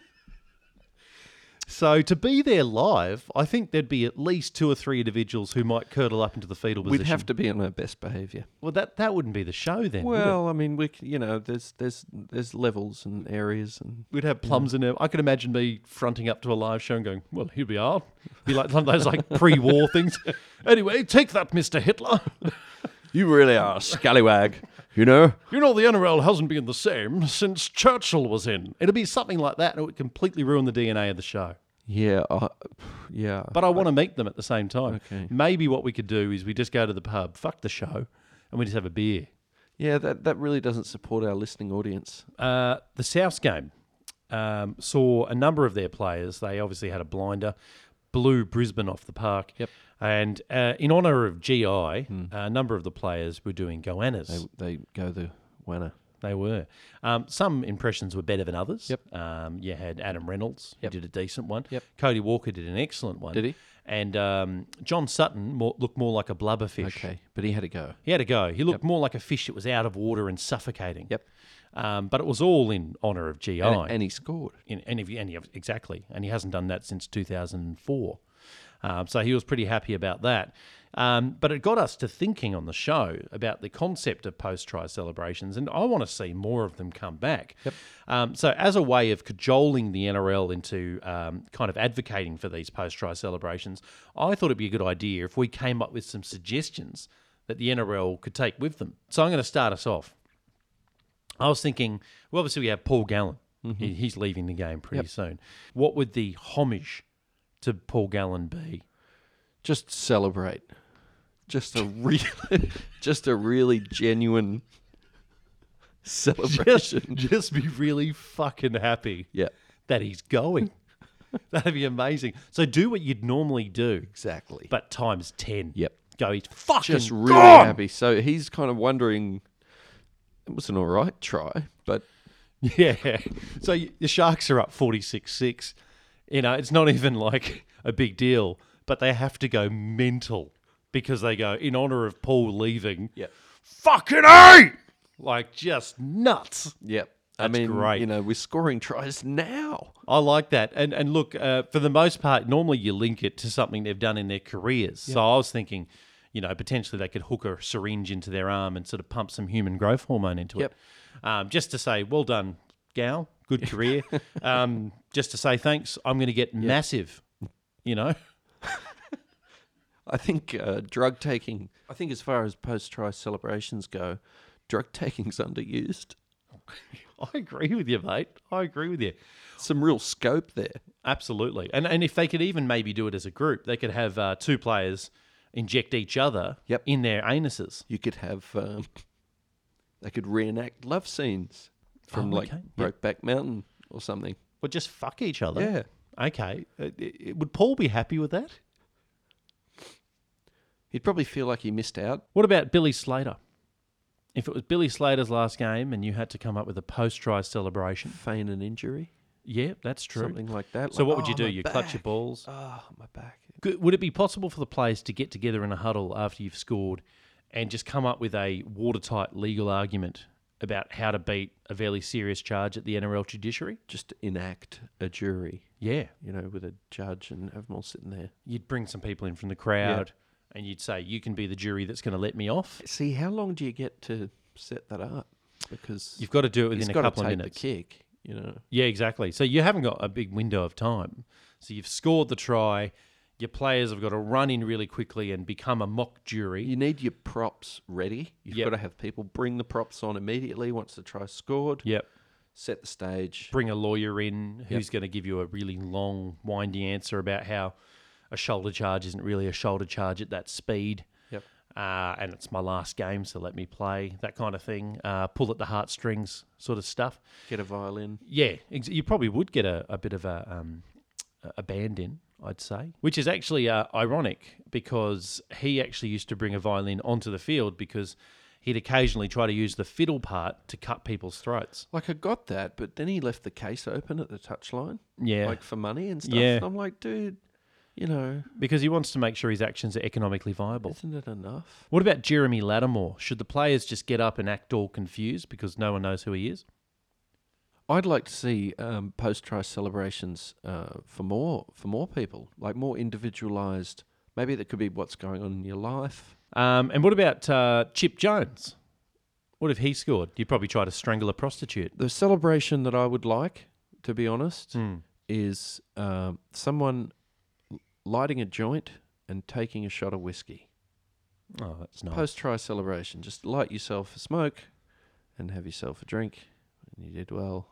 S2: so to be there live, I think there'd be at least two or three individuals who might curdle up into the fetal position.
S3: We'd have to be on our best behaviour.
S2: well, that, that wouldn't be the show then. would it?
S3: Well, I mean, we c- you know, there's there's there's levels and areas and
S2: We'd have plums in there. I could imagine me fronting up to a live show and going, "Well, here we are." Be like one of those like pre-war things. Anyway, take that, Mister Hitler.
S3: you really are a scallywag, you know.
S2: You know, the NRL hasn't been the same since Churchill was in. It'll be something like that, and it would completely ruin the DNA of the show.
S3: Yeah, I, yeah.
S2: But I want to meet them at the same time.
S3: Okay.
S2: Maybe what we could do is we just go to the pub, fuck the show, and we just have a beer.
S3: Yeah, that, that really doesn't support our listening audience.
S2: Uh, the South game um, saw a number of their players. They obviously had a blinder, blew Brisbane off the park.
S3: Yep. Hmm.
S2: And uh, in honour of GI, a number of the players were doing goannas.
S3: They, they go the wanna.
S2: They were. Um, some impressions were better than others.
S3: Yep.
S2: Um, you had Adam Reynolds,
S3: Yep.
S2: who did a decent one.
S3: Yep.
S2: Cody Walker did an excellent one.
S3: Did he?
S2: And um, John Sutton more, looked more like a blubberfish.
S3: Okay, but he had a go.
S2: He had a go. He looked more like a fish that was out of water and suffocating.
S3: Yep.
S2: Um, but it was all in honour of GI.
S3: And, and he scored.
S2: in, and, if, and he, exactly. And he hasn't done that since 2004. Um, so he was pretty happy about that. Um, but it got us to thinking on the show about the concept of post try celebrations, and I want to see more of them come back. Um, so, as a way of cajoling the NRL into um, kind of advocating for these post try celebrations, I thought it'd be a good idea if we came up with some suggestions that the NRL could take with them. So, I'm going to start us off. I was thinking, well, obviously we have Paul Gallen.
S3: Mm-hmm.
S2: He, he's leaving the game pretty soon. What would the homage to Paul Gallen be?
S3: Just celebrate. Just a real, just a really genuine celebration.
S2: Just be really fucking happy
S3: yeah,
S2: that he's going. That'd be amazing. So do what you'd normally do,
S3: exactly.
S2: but times ten.
S3: Yep.
S2: Go. He's fucking
S3: Just really
S2: gone!
S3: happy. So he's kind of wondering. It was an all right try, but
S2: Yeah. So y- the Sharks are up 46 6. You know, it's not even like a big deal, but they have to go mental because they go, in honor of Paul leaving,
S3: Yeah.
S2: fucking A! Like just nuts.
S3: Yep. I
S2: That's
S3: mean,
S2: great.
S3: you know, we're scoring tries now.
S2: I like that. And and look, uh, for the most part, normally you link it to something they've done in their careers. So I was thinking, you know, potentially they could hook a syringe into their arm and sort of pump some human growth hormone into
S3: Yep.
S2: it, um, just to say, well done, gal, good career. um, just to say thanks. I'm going to get massive. You know,
S3: I think uh, drug taking, I think as far as post try celebrations go, drug taking's underused.
S2: I agree with you, mate. I agree with you.
S3: Some real scope there.
S2: Absolutely. And and if they could even maybe do it as a group, they could have uh, two players inject each other
S3: Yep.
S2: in their anuses.
S3: You could have, um, they could reenact love scenes from
S2: Oh,
S3: like
S2: okay. Yep.
S3: Brokeback Mountain or something.
S2: Well, just fuck each other.
S3: Yeah.
S2: Okay. Uh, i- i- Would Paul be happy with that?
S3: He'd probably feel like he missed out.
S2: What about Billy Slater? If it was Billy Slater's last game and you had to come up with a post try celebration,
S3: feign an injury,
S2: yeah, that's true.
S3: something like that.
S2: So
S3: like,
S2: what would you do?
S3: "Oh, my
S2: You clutch your
S3: back.
S2: balls.
S3: Oh, my back.
S2: Could- Would it be possible for the players to get together in a huddle after you've scored and just come up with a watertight legal argument about how to beat a fairly serious charge at the NRL judiciary?
S3: Just enact a jury,
S2: Yeah.
S3: you know, with a judge and have them all sitting there.
S2: You'd bring some people in from the crowd and you'd say, you can be the jury that's going to let me off.
S3: See, how long do you get to set that up? Because
S2: You've got to do it
S3: he's
S2: within a
S3: got to
S2: couple
S3: take
S2: of
S3: the
S2: minutes.
S3: kick, you know.
S2: Yeah, exactly. So you haven't got a big window of time. So you've scored the try. Your players have got to run in really quickly and become a mock jury.
S3: You need your props ready. You've
S2: Yep.
S3: got to have people bring the props on immediately once the try scored.
S2: Yep.
S3: Set the stage.
S2: bring a lawyer in who's going to give you a really long, windy answer about how a shoulder charge isn't really a shoulder charge at that speed.
S3: Yep.
S2: Uh, and it's my last game, so let me play, that kind of thing. Uh, pull at the heartstrings sort of stuff.
S3: Get a violin.
S2: Yeah, ex- you probably would get a, a bit of a, um, a- a band in, I'd say. Which is actually uh, ironic because he actually used to bring a violin onto the field because he'd occasionally try to use the fiddle part to cut people's throats.
S3: Like I got that, but then he left the case open at the touchline,
S2: Yeah.
S3: like for money and stuff.
S2: Yeah.
S3: And I'm like, dude, you know,
S2: because he wants to make sure his actions are economically viable.
S3: isn't it enough?
S2: What about Jeremy Lattimore? Should the players just get up and act all confused because no one knows who he is?
S3: I'd like to see um, post-try celebrations uh, for more for more people, like more individualized. Maybe that could be what's going on in your life.
S2: Um, and what about uh, Chip Jones? What if he scored? You'd probably try to strangle a prostitute.
S3: The celebration that I would like, to be honest, is um, someone lighting a joint and taking a shot of whiskey.
S2: Oh, that's nice.
S3: Post try celebration, just light yourself a smoke and have yourself a drink. And you did well.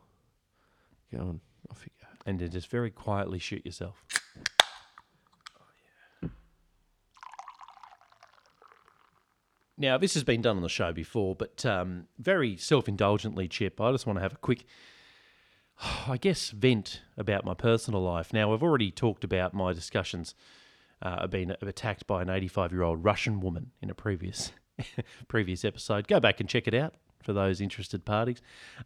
S3: Go on, off you go.
S2: and then just very quietly shoot yourself. Now, this has been done on the show before, but um, very self indulgently, Chip, I just want to have a quick, I guess, vent about my personal life. Now, I've already talked about my discussions uh, of being attacked by an 85 year old Russian woman in a previous previous episode. Go back and check it out for those interested parties.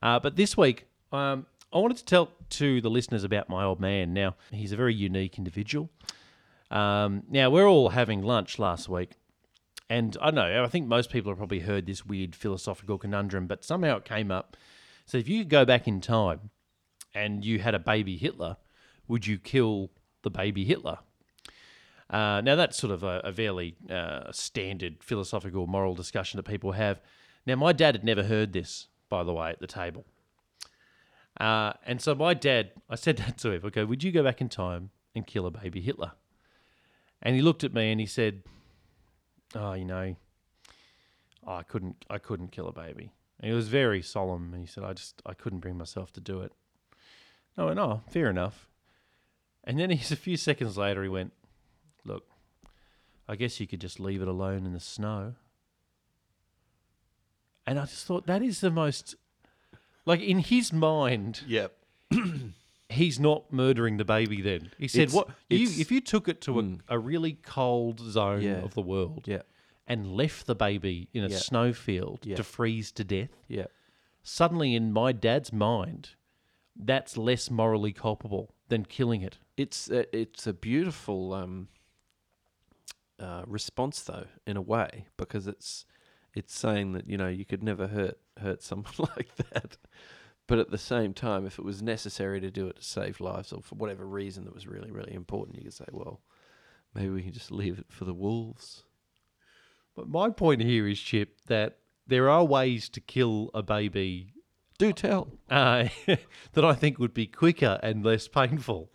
S2: Uh, but this week, um, I wanted to tell to the listeners about my old man. Now, he's a very unique individual. Um, now, we're all having lunch last week. And I don't know, I think most people have probably heard this weird philosophical conundrum, but somehow it came up. So if you could go back in time and you had a baby Hitler, would you kill the baby Hitler? Uh, now, that's sort of a, a fairly uh, standard philosophical moral discussion that people have. Now, my dad had never heard this, by the way, at the table. Uh, and so my dad, I said that to him, okay, would you go back in time and kill a baby Hitler? And he looked at me and he said, oh, you know, I couldn't, I couldn't kill a baby. And he was very solemn and he said, I just, I couldn't bring myself to do it. And I went, oh, fair enough. And then he's a few seconds later, he went, look, I guess you could just leave it alone in the snow. And I just thought that is the most, like in his mind,
S3: Yep.
S2: he's not murdering the baby then. He said,
S3: It's-
S2: "What you,
S3: it's-
S2: if you took it to a,
S3: Mm.
S2: a really cold zone
S3: Yeah.
S2: of the world
S3: Yeah.
S2: and left the baby in a
S3: Yeah.
S2: snowfield
S3: Yeah.
S2: to freeze to death,
S3: Yeah.
S2: suddenly in my dad's mind, that's less morally culpable than killing it."
S3: It's a, it's a beautiful um, uh, response though, in a way, because it's it's saying that you know you could never hurt hurt someone like that, but at the same time, if it was necessary to do it to save lives or for whatever reason that was really really important, you could say, well, maybe we can just leave it for the wolves.
S2: But my point here is, Chip, that there are ways to kill a baby
S3: Do tell.
S2: uh, that I think would be quicker and less painful.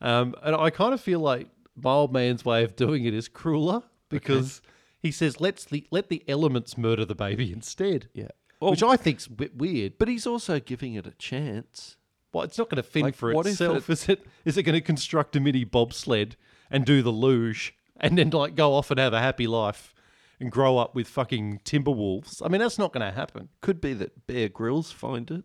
S2: Um, and I kind of feel like my old man's way of doing it is crueler because he says let's the, let the elements murder the baby instead,
S3: Yeah.
S2: which I think's a bit weird.
S3: But he's also giving it a chance.
S2: Well, it's not going to fin
S3: Like,
S2: for
S3: what if
S2: itself, is it? Is it going to construct a mini bobsled and do the luge and then like go off and have a happy life and grow up with fucking timber wolves? I mean, that's not going to happen.
S3: Could be that Bear Grylls find it.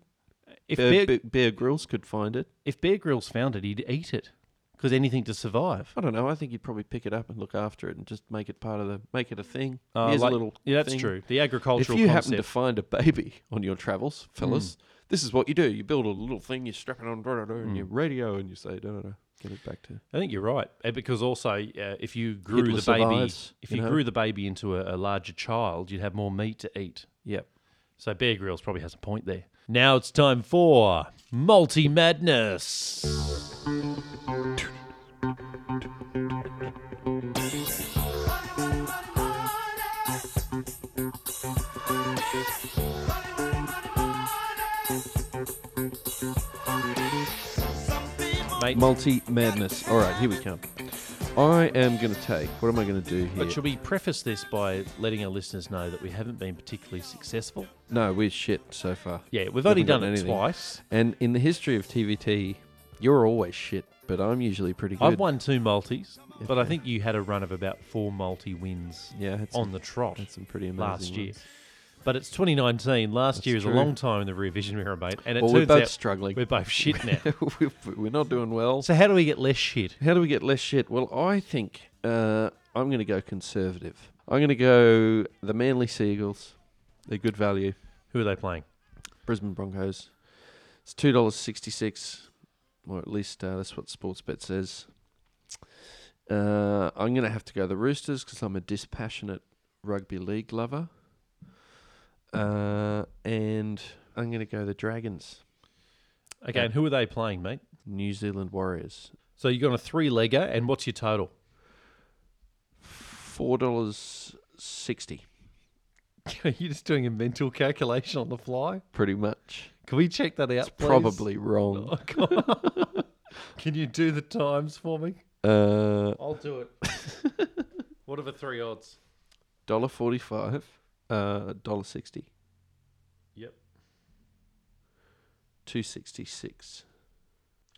S2: If
S3: Bear,
S2: Bear,
S3: Bear, Bear Grylls could find it.
S2: if Bear Grylls found it, he'd eat it Because anything to survive.
S3: I don't know. I think you'd probably pick it up and look after it and just make it part of the make it a thing.
S2: Uh,
S3: Here's
S2: like-
S3: a little.
S2: yeah, that's
S3: thing.
S2: true. The
S3: If
S2: agricultural
S3: you happen
S2: concept. Mm.
S3: to find a baby on your travels, fellas, this is what you do. You build a little thing, you strap it on, da, da, da, and you
S2: Mm.
S3: radio, and you say, da, da, da, get it back to.
S2: I think you're right, Uh, because also uh, if you grew
S3: Hitler
S2: the baby,
S3: survives,
S2: if
S3: you
S2: you,
S3: know?
S2: grew the baby into a, a larger child, you'd have more meat to eat.
S3: Yep.
S2: So Bear Grylls probably has a point there. Now it's time for multi madness. Mate,
S3: Multi madness. All right, here we come. I am going to take. What am I going to do here?
S2: but should we preface this by letting our listeners know that we haven't been particularly successful?
S3: no, we're shit so far.
S2: Yeah, we've only
S3: Haven't gotten
S2: done it
S3: anything.
S2: twice.
S3: And in the history of TVT, you're always shit, but I'm usually pretty good.
S2: I've won two multis, but I
S3: Okay.
S2: think you had a run of about four multi wins
S3: Yeah, that's
S2: on the trot
S3: That's some pretty amazing.
S2: last year.
S3: ones.
S2: But it's 2019. Last
S3: That's
S2: year is
S3: true.
S2: a long time in the revision mirror, mate. And it
S3: Well, we're
S2: turns
S3: both
S2: out
S3: struggling.
S2: we're both shit now.
S3: We're, we're not doing well.
S2: so how do we get less shit?
S3: How do we get less shit? Well, I think uh, I'm going to go conservative. I'm going to go the Manly Seagulls. They're good value.
S2: Who are they playing?
S3: Brisbane Broncos. It's two dollars sixty six, or at least uh, that's what Sportsbet says. Uh, I'm going to have to go the Roosters because I'm a dispassionate rugby league lover, uh, and I'm going to go the Dragons,
S2: Okay, and who are they playing, mate?
S3: New Zealand Warriors.
S2: So you've got a three legger, and what's your total?
S3: Four dollars sixty,
S2: You're just doing a mental calculation on the fly.
S3: pretty much.
S2: Can we check that out? please?
S3: Probably wrong.
S2: Oh, God. Can you do the times for me?
S3: Uh,
S2: I'll do it. what are the three odds?
S3: dollar forty-five, uh, dollar sixty,
S2: Yep.
S3: two sixty-six,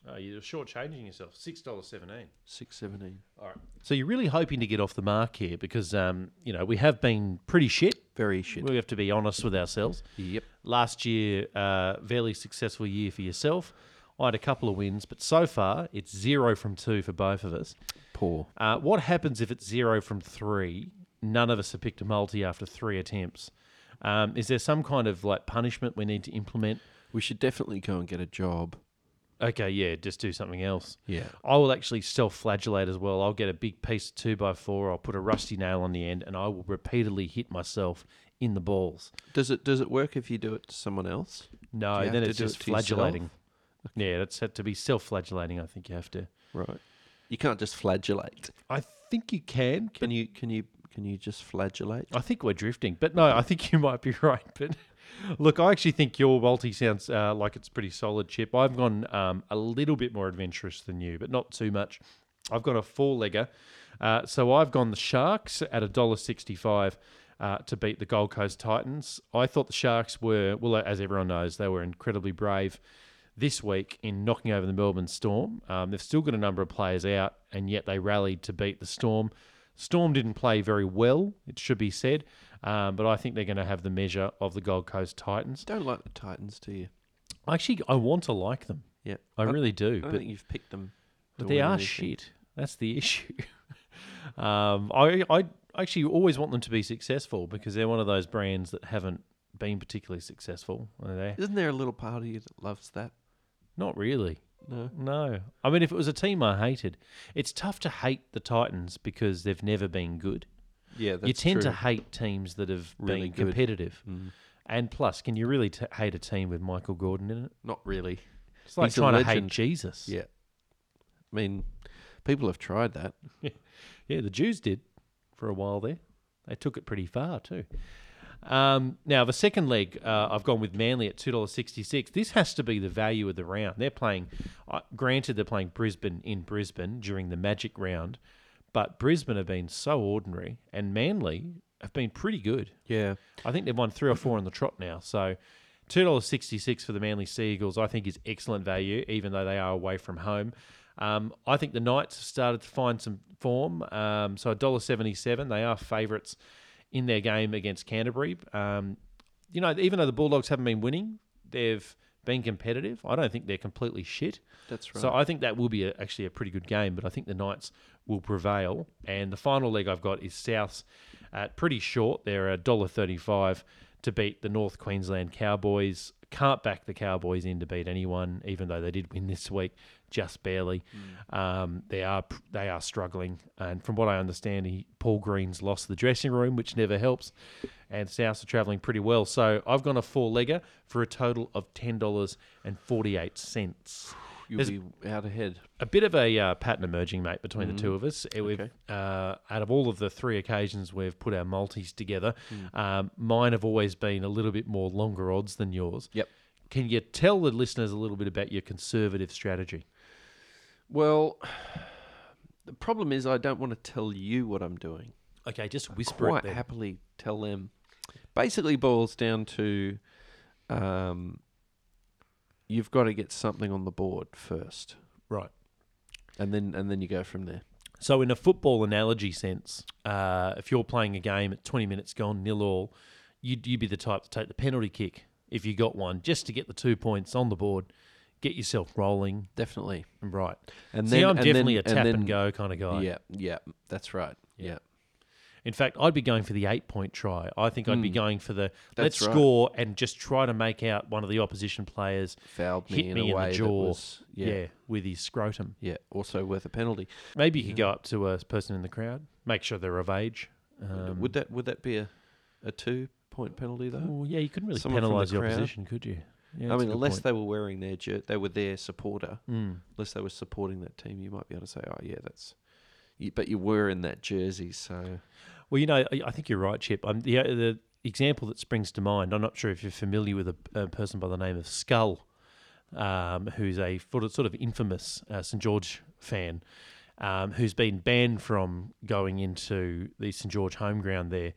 S2: Oh, you're shortchanging yourself. Six dollars seventeen.
S3: six seventeen.
S2: All right. So you're really hoping to get off the mark here because, um, you know, we have been pretty shit.
S3: Very shit.
S2: We have to be honest with ourselves.
S3: Yep.
S2: Last year, uh, fairly successful year for yourself. I had a couple of wins, but so far it's zero from two for both of us.
S3: Poor.
S2: Uh, what happens if it's zero from three? None of us have picked a multi after three attempts. Um, is there some kind of like punishment we need to implement?
S3: We should definitely go and get a job.
S2: Okay, yeah, just do something else.
S3: Yeah.
S2: I will actually self flagellate as well. I'll get a big piece of two by four, I'll put a rusty nail on the end, and I will repeatedly hit myself in the balls.
S3: Does it does it work if you do it to someone else?
S2: No,
S3: Do you
S2: then
S3: have to
S2: it's
S3: do
S2: just
S3: it to yourself?
S2: flagellating. Yeah, that's had to be self flagellating, I think you have to.
S3: Right. You can't just flagellate.
S2: I think you can.
S3: Can you can you can you just flagellate?
S2: I think we're drifting, but no, I think you might be right. But look, I actually think your multi sounds uh, like it's pretty solid, Chip. I've gone um, a little bit more adventurous than you, but not too much. I've got a four legger, uh, so I've gone the Sharks at a dollar sixty-five. Uh, to beat the Gold Coast Titans. I thought the Sharks were, well, as everyone knows, they were incredibly brave this week in knocking over the Melbourne Storm. Um, they've still got a number of players out, and yet they rallied to beat the Storm. Storm didn't play very well, it should be said, um, but I think they're going to have the measure of the Gold Coast Titans.
S3: Don't like the Titans, do you?
S2: Actually, I want to like them.
S3: Yeah.
S2: I really do,
S3: I don't
S2: but,
S3: think you've picked them. to
S2: but they
S3: win
S2: are
S3: anything.
S2: shit. That's the issue. um, I, I actually always want them to be successful because they're one of those brands that haven't been particularly successful. Are they?
S3: Isn't there a little part of you that loves that?
S2: Not really.
S3: No.
S2: No. I mean, if it was a team I hated, it's tough to hate the Titans because they've never been good.
S3: Yeah, that's
S2: you tend to
S3: true.
S2: hate teams that have
S3: Really
S2: been
S3: good. Mm.
S2: competitive. And plus, can you really t- hate a team with Michael Gordon in it?
S3: Not really.
S2: It's like
S3: He's a
S2: trying to hate
S3: legend.
S2: Jesus.
S3: Yeah. I mean, people have tried that.
S2: Yeah, the Jews did for a while there. They took it pretty far too. Um, now the second leg, uh, I've gone with Manly at two dollars sixty six. This has to be the value of the round. They're playing, uh, granted, they're playing Brisbane in Brisbane during the Magic round, but Brisbane have been so ordinary, and Manly have been pretty good.
S3: Yeah.
S2: I think they've won three or four on the trot now. So two dollars sixty six for the Manly Seagulls, I think, is excellent value, even though they are away from home. Um, I think the Knights have started to find some form. Um, so $1.77, they are favourites in their game against Canterbury. Um, you know, even though the Bulldogs haven't been winning, they've being competitive. I don't think they're completely shit.
S3: That's right.
S2: So I think that will be a, actually a pretty good game, but I think the Knights will prevail. And the final leg I've got is Souths at pretty short. They're a dollar thirty-five to beat the North Queensland Cowboys. Can't back the Cowboys in to beat anyone, even though they did win this week, just barely.
S3: Mm.
S2: Um, they are pr- they are struggling, and from what I understand, he, Paul Green's lost the dressing room, which never helps. And Souths are travelling pretty well, so I've gone a four-legger for a total of ten dollars and forty-eight cents
S3: You'll
S2: there's-
S3: be out ahead.
S2: a bit of a uh, pattern emerging, mate, between the two of us. It- We've, uh, out of all of the three occasions we've put our multis together, um, mine have always been a little bit more longer odds than yours.
S3: Yep.
S2: Can you tell the listeners a little bit about your conservative strategy?
S3: Well, the problem is I don't want to tell you what I'm doing.
S2: Okay, just whisper
S3: Quite
S2: it. Then.
S3: happily tell them. Basically, boils down to, um, you've got to get something on the board first,
S2: Right.
S3: and then and then you go from there.
S2: So, in a football analogy sense, uh, if you're playing a game at 20 minutes gone, nil all, you'd, you'd be the type to take the penalty kick if you got one, just to get the two points on the board, get yourself rolling.
S3: Definitely.
S2: Right.
S3: And
S2: See,
S3: then-
S2: I'm
S3: and
S2: definitely
S3: then-
S2: a tap
S3: and
S2: and,
S3: then-
S2: go kind of guy.
S3: Yeah, yeah, that's right. Yeah.
S2: In fact, I'd be going for the eight point try. I think I'd be going for the let's
S3: Hmm. That's right.
S2: score and just try to make out one of the opposition players
S3: Fouled me
S2: hit
S3: in
S2: me
S3: a
S2: in
S3: way
S2: the
S3: that
S2: jaw.
S3: was-
S2: yeah.
S3: yeah.
S2: with his scrotum.
S3: Yeah, also worth a penalty.
S2: Maybe you could go up to a person in the crowd, make sure they're of age. Um,
S3: would that would that be a, a two point penalty though?
S2: well, yeah, you couldn't really
S3: Someone from the
S2: penalise the
S3: crowd.
S2: opposition, could you? Yeah,
S3: I
S2: that's a
S3: mean,
S2: good
S3: unless
S2: point.
S3: they were wearing their jer- they were their supporter.
S2: Mm.
S3: Unless they were supporting that team, you might be able to say, "Oh yeah, that's." You, but you were in that jersey, so
S2: Well, you know, I, I think you're right, Chip. Um, the the example that springs to mind. I'm not sure if you're familiar with a, a person by the name of Skull, um, who's a sort of, sort of infamous uh, St George fan, um, who's been banned from going into the St George home ground there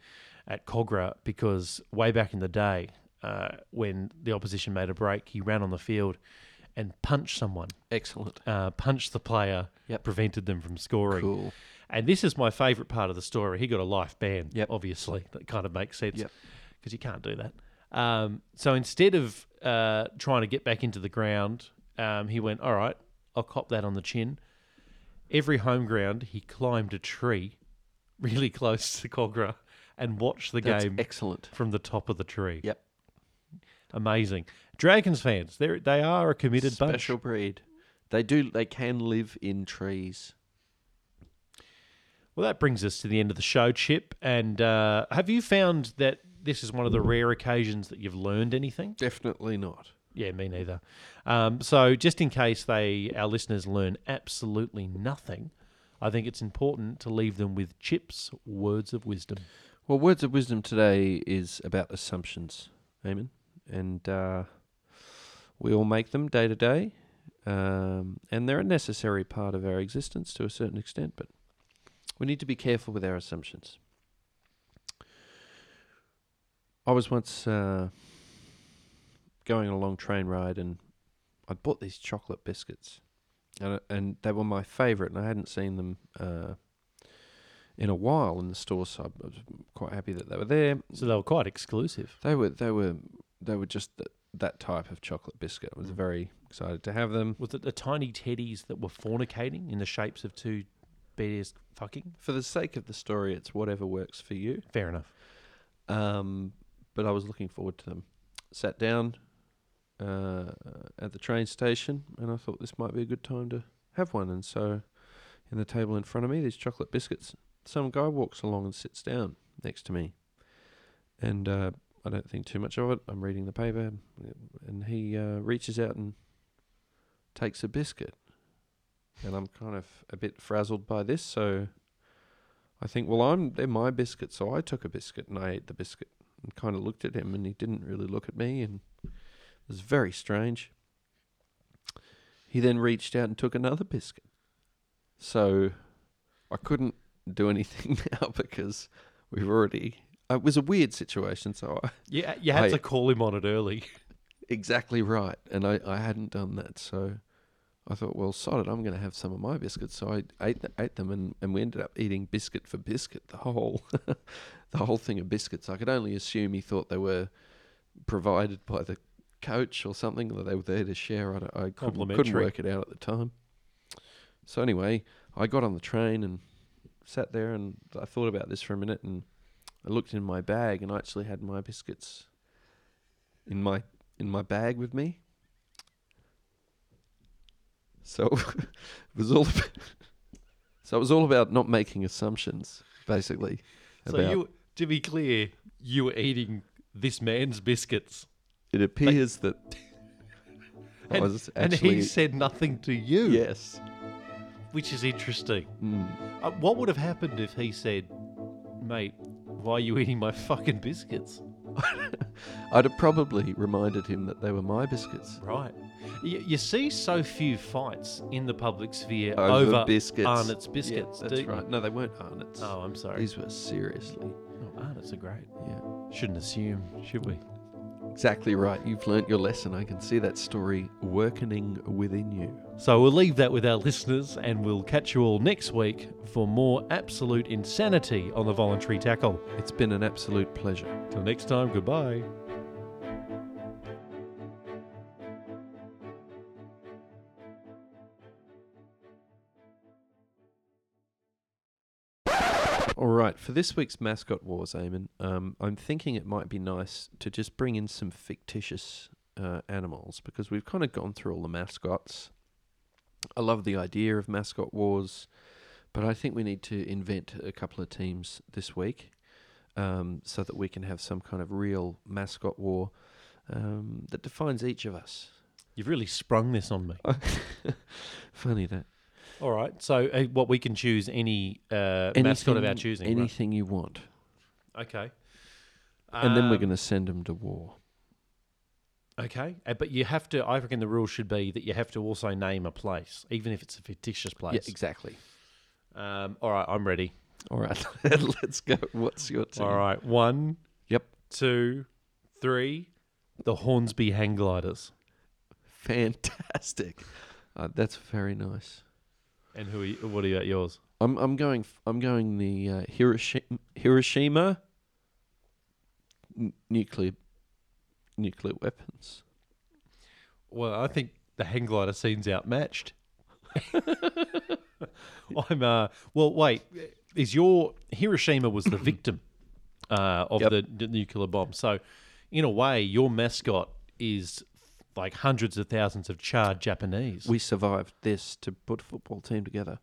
S2: at Cogra because way back in the day, uh, when the opposition made a break, he ran on the field and punched someone,
S3: excellent,
S2: uh, punched the player,
S3: Yep.
S2: prevented them from scoring.
S3: cool.
S2: And this is my favourite part of the story. He got a life ban,
S3: Yep.
S2: obviously. That kind of makes sense because
S3: Yep.
S2: you can't do that. Um, so instead of uh, trying to get back into the ground, um, he went, All right, I'll cop that on the chin. Every home ground, he climbed a tree really close to Cogra and watched the
S3: That's
S2: game
S3: excellent.
S2: from the top of the tree.
S3: Yep,
S2: Amazing. Dragons fans, they're, they are a committed bunch.
S3: special breed. They do. They can live in trees.
S2: Well, that brings us to the end of the show, Chip. And uh, have you found that this is one of the rare occasions that you've learned anything?
S3: Definitely not.
S2: Yeah, me neither. Um, so, just in case they our listeners learn absolutely nothing, I think it's important to leave them with Chip's words of wisdom.
S3: Well, words of wisdom today is about assumptions, Amen. And uh, we all make them day to day, um, and they're a necessary part of our existence to a certain extent, but we need to be careful with our assumptions. I was once uh, going on a long train ride, and I bought these chocolate biscuits, and, uh, and they were my favourite, and I hadn't seen them. Uh, in a while in the store, so I was quite happy that they were there.
S2: So they were quite exclusive.
S3: They were they were they were just th- that type of chocolate biscuit. I was very excited to have them.
S2: Was it the tiny teddies that were fornicating in the shapes of two BDS fucking?
S3: For the sake of the story, it's whatever works for you.
S2: Fair enough.
S3: Um, but I was looking forward to them. Sat down uh, at the train station, and I thought this might be a good time to have one. And so, in the table in front of me, these chocolate biscuits. Some guy walks along and sits down next to me, and uh, I don't think too much of it. I'm reading the paper, and he uh, reaches out and takes a biscuit, and I'm kind of a bit frazzled by this, so. I think, well, I'm they're my biscuit, so I took a biscuit and I ate the biscuit and kind of looked at him, and he didn't really look at me, and it was very strange. He then reached out and took another biscuit, so I couldn't do anything now because we've already. It was a weird situation, so I
S2: Yeah, you had
S3: I-
S2: to call him on it early.
S3: exactly right, and I I hadn't done that, so. I thought, well, sod it, I'm going to have some of my biscuits. So I ate, th- ate them, and, and we ended up eating biscuit for biscuit, the whole the whole thing of biscuits. I could only assume he thought they were provided by the coach or something that they were there to share. I, don't- I couldn't, couldn't
S2: Complimentary.
S3: work it out at the time. So anyway, I got on the train and sat there and I thought about this for a minute and I looked in my bag and I actually had my biscuits in my in my bag with me. So it was all about, so it was all about not making assumptions, basically.
S2: So
S3: about-
S2: you, to be clear, you were eating this man's biscuits,
S3: it appears that I
S2: and,
S3: was
S2: and
S3: actually
S2: he said nothing to you,
S3: yes.
S2: which is interesting.
S3: Hmm.
S2: Uh, what would have happened if he said, "Mate, why are you eating my fucking biscuits?"
S3: I'd have probably reminded him that they were my biscuits.
S2: Right. You, you see so few fights in the public sphere
S3: Over
S2: over
S3: biscuits.
S2: Arnott's
S3: Yeah,
S2: biscuits.
S3: that's
S2: do you?
S3: right. No, they weren't Arnott's.
S2: Oh, I'm sorry.
S3: These were seriously.
S2: Oh, Arnott's are great.
S3: Yeah.
S2: Shouldn't assume, should we?
S3: Exactly right. You've learnt your lesson. I can see that story workening within you.
S2: So we'll leave that with our listeners and we'll catch you all next week for more absolute insanity on the voluntary tackle.
S3: It's been an absolute pleasure.
S2: Till next time, goodbye.
S3: All right, for this week's mascot wars, Eamon, um, I'm thinking it might be nice to just bring in some fictitious uh, animals because we've kind of gone through all the mascots. I love the idea of mascot wars, but I think we need to invent a couple of teams this week um, so that we can have some kind of real mascot war um, that defines each of us.
S2: You've really sprung this on me.
S3: Funny that.
S2: All right. So uh, what we can choose any uh, mascot of our
S3: Anything-
S2: choosing. right?
S3: Anything you want.
S2: Okay.
S3: And then we're
S2: Um,
S3: going to send them to war.
S2: Okay, uh, but you have to. I reckon the rule should be that you have to also name a place, even if it's a fictitious
S3: Yeah,
S2: place.
S3: exactly.
S2: um, all right, I'm ready.
S3: All right, let's go. What's your team?
S2: All right, one,
S3: Yep.
S2: two, three. The Hornsby hang gliders.
S3: Fantastic. Uh, that's very nice.
S2: And who? Are you, what about yours?
S3: I'm I'm going f- I'm going the uh, Hiroshima Hiroshima n- nuclear nuclear weapons.
S2: Well, I think the hang glider scene's outmatched. I'm. Uh, well, wait. Is your Hiroshima was the victim uh, of
S3: Yep.
S2: the, the nuclear bomb? So, in a way, your mascot is like hundreds of thousands of charred Japanese.
S3: We survived this to put a football team together.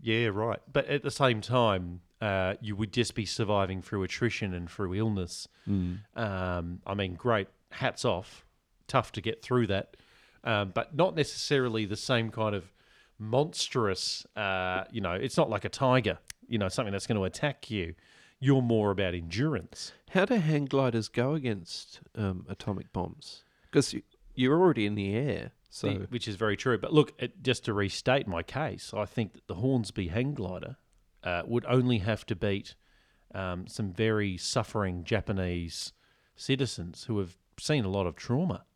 S2: yeah, right. But at the same time, uh, you would just be surviving through attrition and through illness. Um, I mean, great. Hats off. Tough to get through that, um, but not necessarily the same kind of monstrous. Uh, you know, it's not like a tiger. You know, something that's going to attack you. You're more about endurance.
S3: How do hang gliders go against um, atomic bombs? Because you, you're already in the air, so
S2: the- which is very true. But look, it, just to restate my case, I think that the Hornsby hang glider uh, would only have to beat um, some very suffering Japanese citizens who have seen a lot of trauma.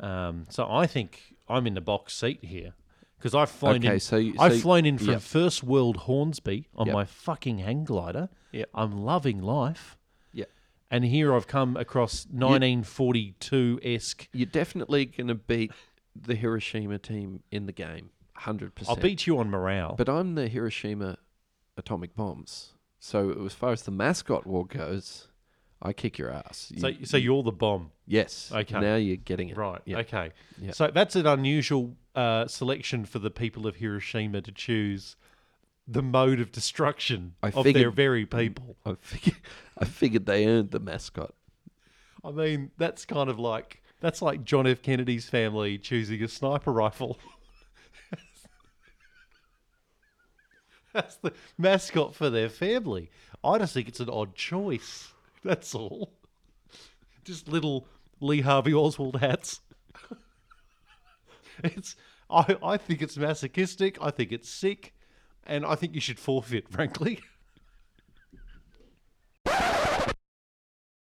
S2: Um, so I think I'm in the box seat here because I've flown
S3: Okay,
S2: in.
S3: so you-
S2: I've
S3: so-
S2: flown in from
S3: yep.
S2: first world Hornsby on
S3: Yep.
S2: my fucking hang glider.
S3: Yep.
S2: I'm loving life.
S3: yeah.
S2: And here I've come across 1942 esque
S3: You're definitely going to beat the Hiroshima team in the game, 100%.
S2: I'll beat you on morale.
S3: But I'm the Hiroshima atomic bombs. So as far as the mascot war goes, I kick your ass.
S2: so,
S3: You-
S2: so you're the bomb.
S3: yes.
S2: Okay.
S3: Now you're getting it.
S2: Right.
S3: Yeah.
S2: Okay.
S3: Yeah.
S2: So that's an unusual uh, selection for the people of Hiroshima to choose the mode of destruction
S3: I
S2: of their
S3: figured-
S2: very people.
S3: I figured, I figured they earned the mascot.
S2: I mean, that's kind of like that's like John F. Kennedy's family choosing a sniper rifle. that's the mascot for their family. I just think it's an odd choice. That's all. Just little Lee Harvey Oswald hats. it's I, I think it's masochistic, I think it's sick, and I think you should forfeit, frankly.